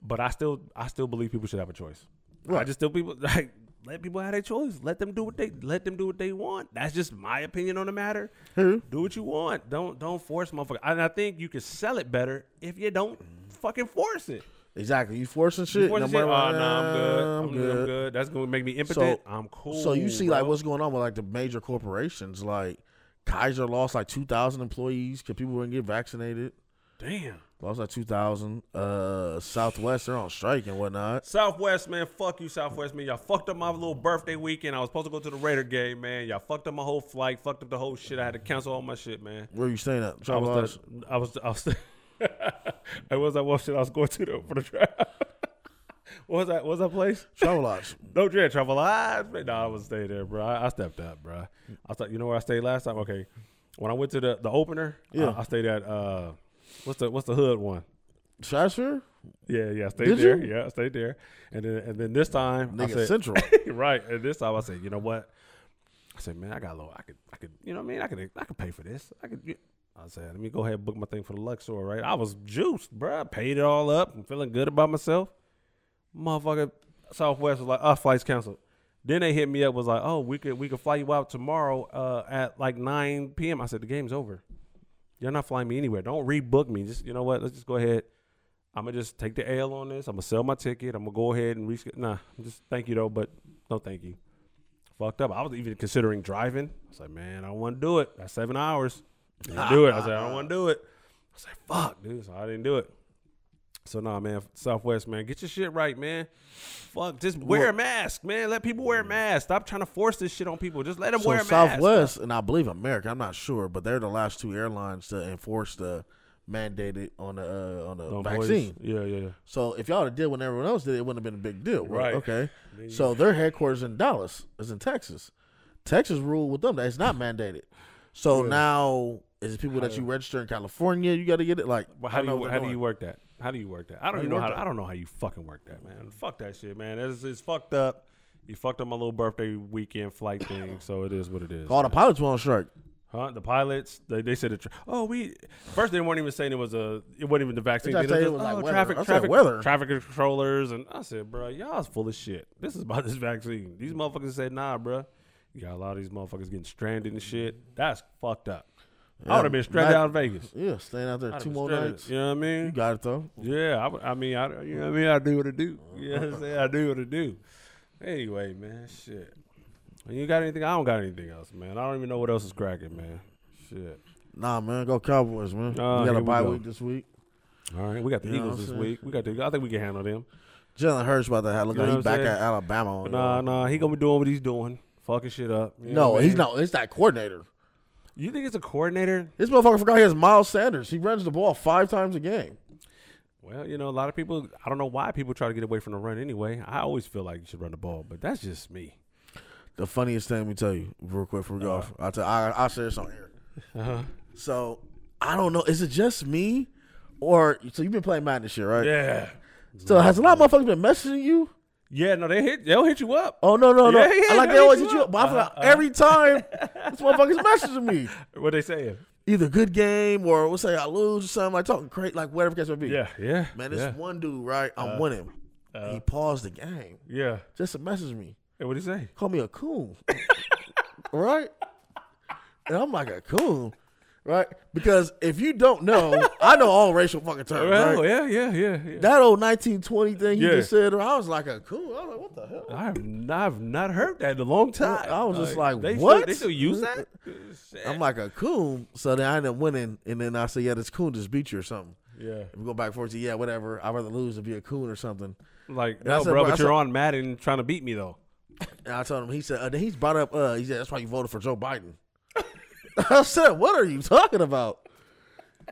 A: but I still I still believe people should have a choice. I
B: Right.
A: just still people like let people have their choice. Let them do what they let them do what they want. That's just my opinion on the matter.
B: Mhm.
A: Do what you want. Don't don't force motherfucker. And I think you can sell it better if you don't fucking force it.
B: Exactly. You forcing shit.
A: You Force it,
B: nobody
A: shit,
B: like,
A: "Oh, no, I'm good.
B: "Nah,
A: I'm, good. I'm good. That's gonna make me impotent. I'm cool.
B: So you see
A: bro.
B: like what's going on with like the major corporations. Like Kaiser lost like two thousand employees because people wouldn't get vaccinated.
A: damn.
B: Lost like two thousand. Uh, Southwest they're on strike and whatnot.
A: Southwest, man, fuck you, Southwest, man. Y'all fucked up my little birthday weekend. I was supposed to go to the Raider game, man. Y'all fucked up my whole flight, fucked up the whole shit. I had to cancel all my shit, man.
B: Where you staying at?
A: I
B: Travel
A: was, the, I was, I was, I was that one shit I was going to though for the trap. what was that? What was that place?
B: Travel lodge.
A: No dread travel. I no, I was stay there, bro. I, I stepped up, bro. I thought you know where I stayed last time. Okay, when I went to the the opener, yeah, I, I stayed at uh, What's the what's the hood one?
B: Shasher?
A: Yeah, yeah, stay
B: Did
A: there.
B: you?
A: Yeah, stay there. And then and then this time I
B: Nigga,
A: said,
B: Central.
A: right. And this time I said, you know what? I said, man, I got a little. I could, I could, you know what I mean? I could, I could pay for this. I could. I said, let me go ahead and book my thing for the Luxor. Right? I was juiced, bruh. I paid it all up. I'm feeling good about myself. Motherfucker, Southwest was like, our flight's canceled. Then they hit me up, was like, oh, we could, we could fly you out tomorrow uh, at like 9 p.m. I said, the game's over. You're not flying me anywhere. Don't rebook me. Just, you know what? Let's just go ahead. I'm gonna just take the L on this. I'm gonna sell my ticket. I'm gonna go ahead and reschedule. Nah, just thank you though, but no thank you. Fucked up. I was even considering driving. I was like, man, I don't want to do it. That's seven hours. Didn't do it. I was like, I don't want to do it. I was like, fuck, dude. So I didn't do it. So nah, man. Southwest, man, get your shit right, man. Fuck, just wear a mask, man. Let people wear a mask. Stop trying to force this shit on people. Just let them
B: So
A: wear a mask.
B: Southwest and I believe America, I'm not sure, but they're the last two airlines to enforce the mandated on the uh, on the
A: Don't voice-
B: vaccine.
A: Yeah, yeah, yeah.
B: So if y'all did what everyone else did, it wouldn't have been a big deal,
A: Right.
B: right? Okay. So their headquarters in Dallas is in Texas. Texas ruled with them that it's not mandated. So now is it people that you register in California? You got to get it. Like
A: Well,
B: I
A: how
B: don't
A: do
B: know
A: you
B: what
A: how
B: they're
A: do you
B: doing.
A: work that? How do you work that? I don't
B: do
A: even know
B: you
A: how
B: work that?
A: I don't know how you fucking work that, man. Fuck that shit, man. It's, it's fucked up. You fucked up my little birthday weekend flight thing, so it is what it is.
B: All the pilots were on strike.
A: Huh? The pilots, they, they said, it, tra- oh, we first they weren't even saying it was a, it wasn't even the vaccine.
B: They just
A: thing.
B: said
A: They
B: it was
A: just, "Oh,
B: like weather."
A: traffic,
B: I said,
A: traffic,
B: "Weather."
A: traffic controllers, and I said, bro, y'all's full of shit. This is about this vaccine. These motherfuckers said, nah, bro. You got a lot of these motherfuckers getting stranded and shit. That's fucked up. I
B: Yeah,
A: would have been stranded
B: not-
A: out of Vegas.
B: Yeah, staying out there
A: I'd have
B: two
A: been
B: more
A: stranded.
B: nights.
A: You know what I mean?
B: You got it though.
A: Yeah, I, would- I mean, I, you know what I mean? I do what I do. You know what I'm saying? I do what I do. Anyway, man, shit. You got anything? I don't got anything else, man. I don't even know what else is cracking, man. Shit.
B: Nah, man, go Cowboys, man.
A: Oh,
B: we
A: here
B: got a
A: we
B: bye
A: go.
B: week this week.
A: All right, we got the
B: You know
A: Eagles
B: what I'm
A: this
B: saying?
A: week. We got the. I think we can handle them.
B: Jalen Hurts about to have look
A: You know
B: like
A: what I'm
B: he's
A: saying?
B: back at Alabama. On
A: Nah, nah, he gonna be doing what he's doing, fucking shit up. You know
B: no,
A: what I
B: he's
A: mean?
B: not. It's that coordinator.
A: You think it's a coordinator?
B: This motherfucker forgot he has Miles Sanders. He runs the ball five times a game.
A: Well, you know, a lot of people. I don't know why people try to get away from the run anyway. I always feel like you should run the ball, but that's just me.
B: The funniest thing, let me tell you real quick before we go
A: Uh-huh.
B: off. I'll, tell, I, I'll say this on here. So, I don't know. Is it just me? Or, so you've been playing Madden this year, right?
A: Yeah.
B: So, has a lot of motherfuckers been messaging you?
A: Yeah. No, they hit. They'll hit you up.
B: Oh, no, no, no.
A: Yeah, yeah,
B: I like
A: no,
B: they always
A: hit
B: hit
A: you
B: you
A: up. Uh-huh.
B: up. But I forgot every time this motherfucker's messaging me.
A: What they saying?
B: Either good game or we'll say I lose or something. Like talking crazy, like whatever the case may be.
A: Yeah. Yeah.
B: Man, this
A: yeah. Uh,
B: one dude, right? I'm winning. he paused the game
A: Yeah.
B: just to message me.
A: Hey, what do you say?
B: call me a coon, right? And I'm like a coon, right? Because if you don't know, I know all racial fucking terms.
A: Well,
B: right?
A: yeah, yeah, yeah, yeah.
B: That old 1920 thing he
A: Yeah.
B: just said, I was like a coon. I was like, what the hell?
A: I've n- I've not heard that in a long time.
B: I was just like,
A: they Still,
B: what?
A: they still use that?
B: I'm like a coon. So then I end up winning, and then I say, yeah, this coon just beat you or something.
A: yeah,
B: We go back and forth. say, Yeah, whatever. I'd rather lose than be a coon or something.
A: like
B: I
A: no,
B: said,
A: bro,
B: bro, I
A: but you're
B: said-
A: on Madden trying to beat me though.
B: And I told him, he said, uh, then he's brought up, uh, he said, that's why you voted for Joe Biden. I said, what are you talking about?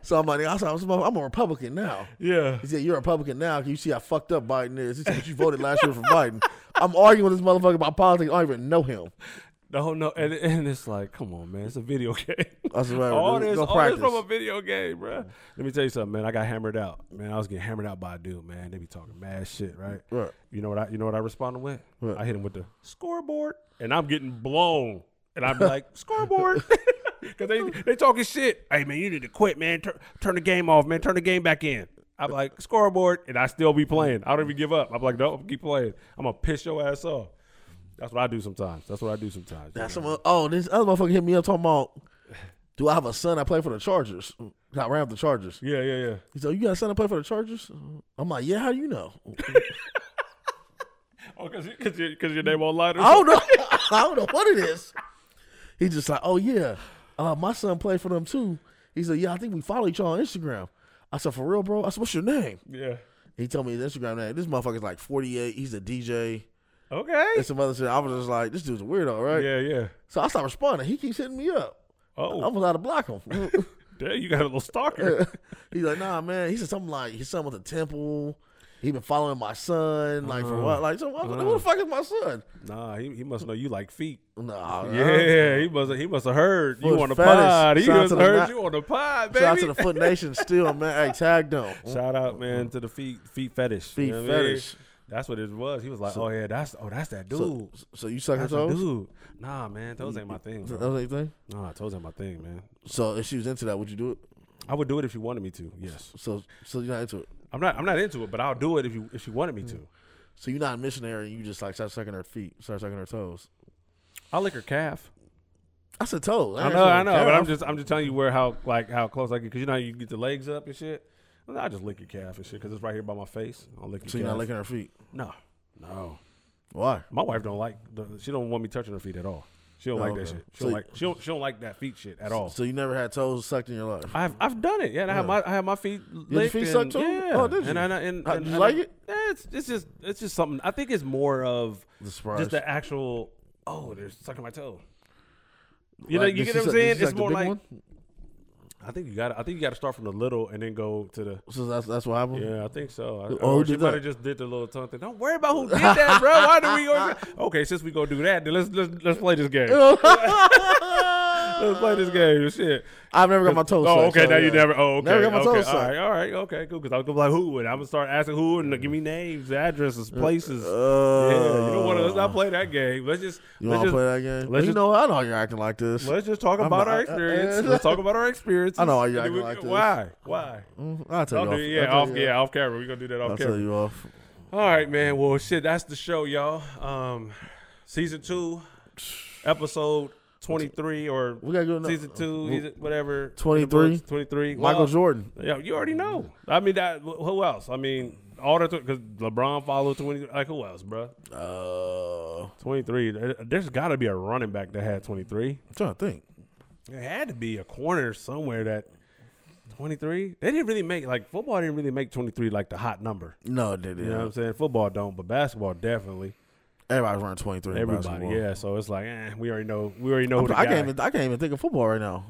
B: So I'm like, I said, I'm a- I'm a Republican now.
A: Yeah,
B: He said, you're a Republican now. Can you see how fucked up Biden is? He said, but you voted last year for Biden. I'm arguing with this motherfucker about politics. I don't even know him.
A: no, no, and and it's like, come on, man, it's a video game.
B: I said, right,
A: all
B: go
A: this, all this
B: practice.
A: from a video game, bro. Let me tell you something, man. I got hammered out, man. I was getting hammered out by a dude, man. They be talking mad shit, right?
B: Right.
A: You know what I? You know what I responded with?
B: What?
A: I hit him with the scoreboard, and I'm getting blown, and I'm like scoreboard, because they they talking shit. Hey man, you need to quit, man. Turn, turn the game off, man. Turn the game back in. I'm like scoreboard, and I still be playing. I don't even give up. I'm like, no, keep playing. I'm gonna piss your ass off. That's what I do sometimes. That's what I do sometimes.
B: That's some, oh, this other motherfucker hit me up talking about, do I have a son I play for the Chargers? I ran with the Chargers.
A: yeah, yeah, yeah.
B: He said, "Oh, you got a son that play for the Chargers? I'm like, yeah, how do you know?
A: Oh, because because your, 'cause your name online. Or
B: I don't know. I don't know what it is. He just like, oh yeah, uh, my son played for them too. He said, yeah, I think we follow each other on Instagram. I said, for real, bro. I said, what's your name?
A: Yeah.
B: He told me his Instagram name. This motherfucker's like 48. He's a DJ
A: Okay.
B: and some other shit. I was just like, this dude's a weirdo, right?
A: yeah, yeah.
B: So I stopped responding. He keeps hitting me up.
A: Oh,
B: I was out to block him.
A: damn, you got a little stalker.
B: He's like, nah, man. He said something like his son went to temple. He been following my son, like for
A: Uh-huh.
B: what? Like, so what, who
A: Uh-huh.
B: the fuck is my son?
A: Nah, he, he must know you like feet.
B: Nah,
A: Yeah, he must he must have heard you
B: Uh, Foot
A: on the
B: fetish.
A: pod. He
B: Shout out
A: must
B: to
A: have
B: the
A: heard
B: Mac-
A: you on the pod, baby.
B: Shout out to the Foot Nation still, man. Hey, tag them.
A: Shout out, man, to the feet feet fetish. You
B: Feet
A: know what I mean?
B: fetish.
A: That's what it was. He was like,
B: So-
A: "Oh yeah, that's oh that's that dude.
B: So, so you suck her
A: that's that
B: toes?
A: dude. Nah, man, toes ain't my thing.
B: That
A: Bro.
B: was anything?
A: Nah, toes ain't my thing, man.
B: So if she was into that, would you do it?
A: I would do it if you wanted me to. Yes,
B: So so you're not into it.
A: I'm not I'm not into it, but I'll do it if you if she wanted me to.
B: So you're not a missionary. You just like start sucking her feet, start sucking her toes.
A: I'll lick her calf.
B: I said toes.
A: I
B: ain't
A: know, I
B: sucking
A: know,
B: calf.
A: but I'm just I'm just telling you where how like how close I get because you know how you get the legs up and shit. I just lick your calf and shit because it's right here by my face. I'll lick your
B: So
A: calf.
B: you're not licking her feet.
A: no, no.
B: Why?
A: My wife don't like. the- She don't want me touching her feet at all. She don't
B: Oh,
A: like that
B: okay.
A: shit. She
B: So
A: don't
B: you-
A: like. She don't, she don't like that feet shit at all.
B: So you never had toes sucked in your life?
A: I've I've done it. Yeah, and I have my I have my feet licked.
B: your feet sucked
A: and-
B: too?
A: Yeah.
B: Oh, did
A: And
B: you?
A: I, and,
B: How-
A: and-
B: did you
A: and
B: like
A: I-
B: it?
A: Yeah, it's it's just it's just something. I think it's more of
B: The surprise.
A: just uh, the actual. Oh, they're sucking my toe. You know,
B: Like,
A: you get
B: did she
A: what I'm
B: suck- did she
A: saying?
B: suck
A: It's
B: the
A: more
B: big
A: like
B: one?
A: I think you got. I think you got to start from the little and then go to the.
B: So that's that's what happened.
A: Yeah, I think so. I,
B: Oh,
A: or
B: who
A: she
B: did
A: might
B: that?
A: have just did the little tongue thing. Don't worry about who did that, bro. Why do we go? Okay, since we gonna do that, then let's let's let's play this game. Let's play this game. Shit.
B: I've never got my toes.
A: Oh,
B: sucked,
A: okay.
B: so
A: now you
B: yeah.
A: never. Oh, okay.
B: Never got my
A: okay,
B: toes
A: all
B: sucked.
A: right. All right. Okay. Cool. Because I was gonna be like, who? And I'm gonna start asking who, and give me names, addresses,
B: Uh,
A: places. yeah. You don't want to. Let's not play that game. Let's just.
B: You
A: let's
B: want to
A: just.
B: Uh, play that game?
A: let's
B: you
A: just-
B: know, I know how you're acting like this.
A: Let's just talk
B: I'm
A: about
B: not-
A: our
B: I-
A: experience.
B: I-
A: let's talk about our experience.
B: I know why
A: And
B: you
A: then
B: acting
A: we-
B: like this.
A: Why? Why?
B: Mm, I'll tell
A: I'll
B: you
A: do
B: off.
A: it. Yeah.
B: I'll
A: Off.
B: tell you
A: Yeah. Off camera. We're gonna do that off
B: I'll
A: camera.
B: tell you off.
A: All right, man. Well, shit, that's the show, y'all. Um, season two, episode twenty-three, or
B: We gotta go to-
A: season two,
B: we-
A: season- whatever.
B: 23?
A: twenty-three.
B: Michael
A: Well,
B: Jordan.
A: Yeah, you already know. I mean, that, who else? I mean, all the because LeBron followed twenty. Like who else, bro?
B: Uh, I'm
A: Twenty-three. There- There's got to be a running back that had twenty-three.
B: trying to think.
A: There had to be a corner somewhere that. 23 they didn't really make like football didn't really make 23 like the hot number
B: No, it did
A: you know what i'm saying football don't but basketball definitely
B: Everybody's running 23. in
A: Everybody,
B: basketball.
A: yeah. So it's like, eh, we already know, we already know who the
B: I
A: guy.
B: can't even. I can't even think of football right now.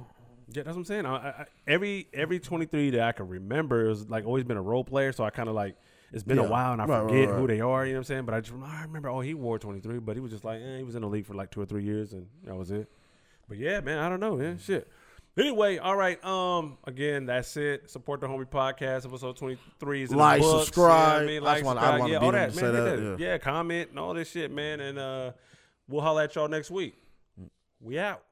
A: yeah, that's what I'm saying. I, I, I- every every 23 that I can remember is like always been a role player. So I kind of like it's been
B: Yeah.
A: a while and I
B: Right, right,
A: forget
B: right.
A: who they are. You know what I'm saying? But I just remember, I remember, oh, he wore 23, but he was just like, eh, he was in the league for like two or three years, and that was it. But yeah, man, I don't know, man. Shit. Anyway, all right. Um, again, that's it. Support the Homie Podcast, episode twenty three is in the
B: Like,
A: books, you know what
B: subscribe.
A: I
B: I
A: mean? Like,
B: just wanna- I
A: subscribe.
B: wanna
A: yeah,
B: be
A: all
B: them
A: that,
B: to
A: man.
B: say
A: hit
B: that, Mm.
A: that. Yeah, comment and all this shit, man. And uh, we'll holler at y'all next week. We out.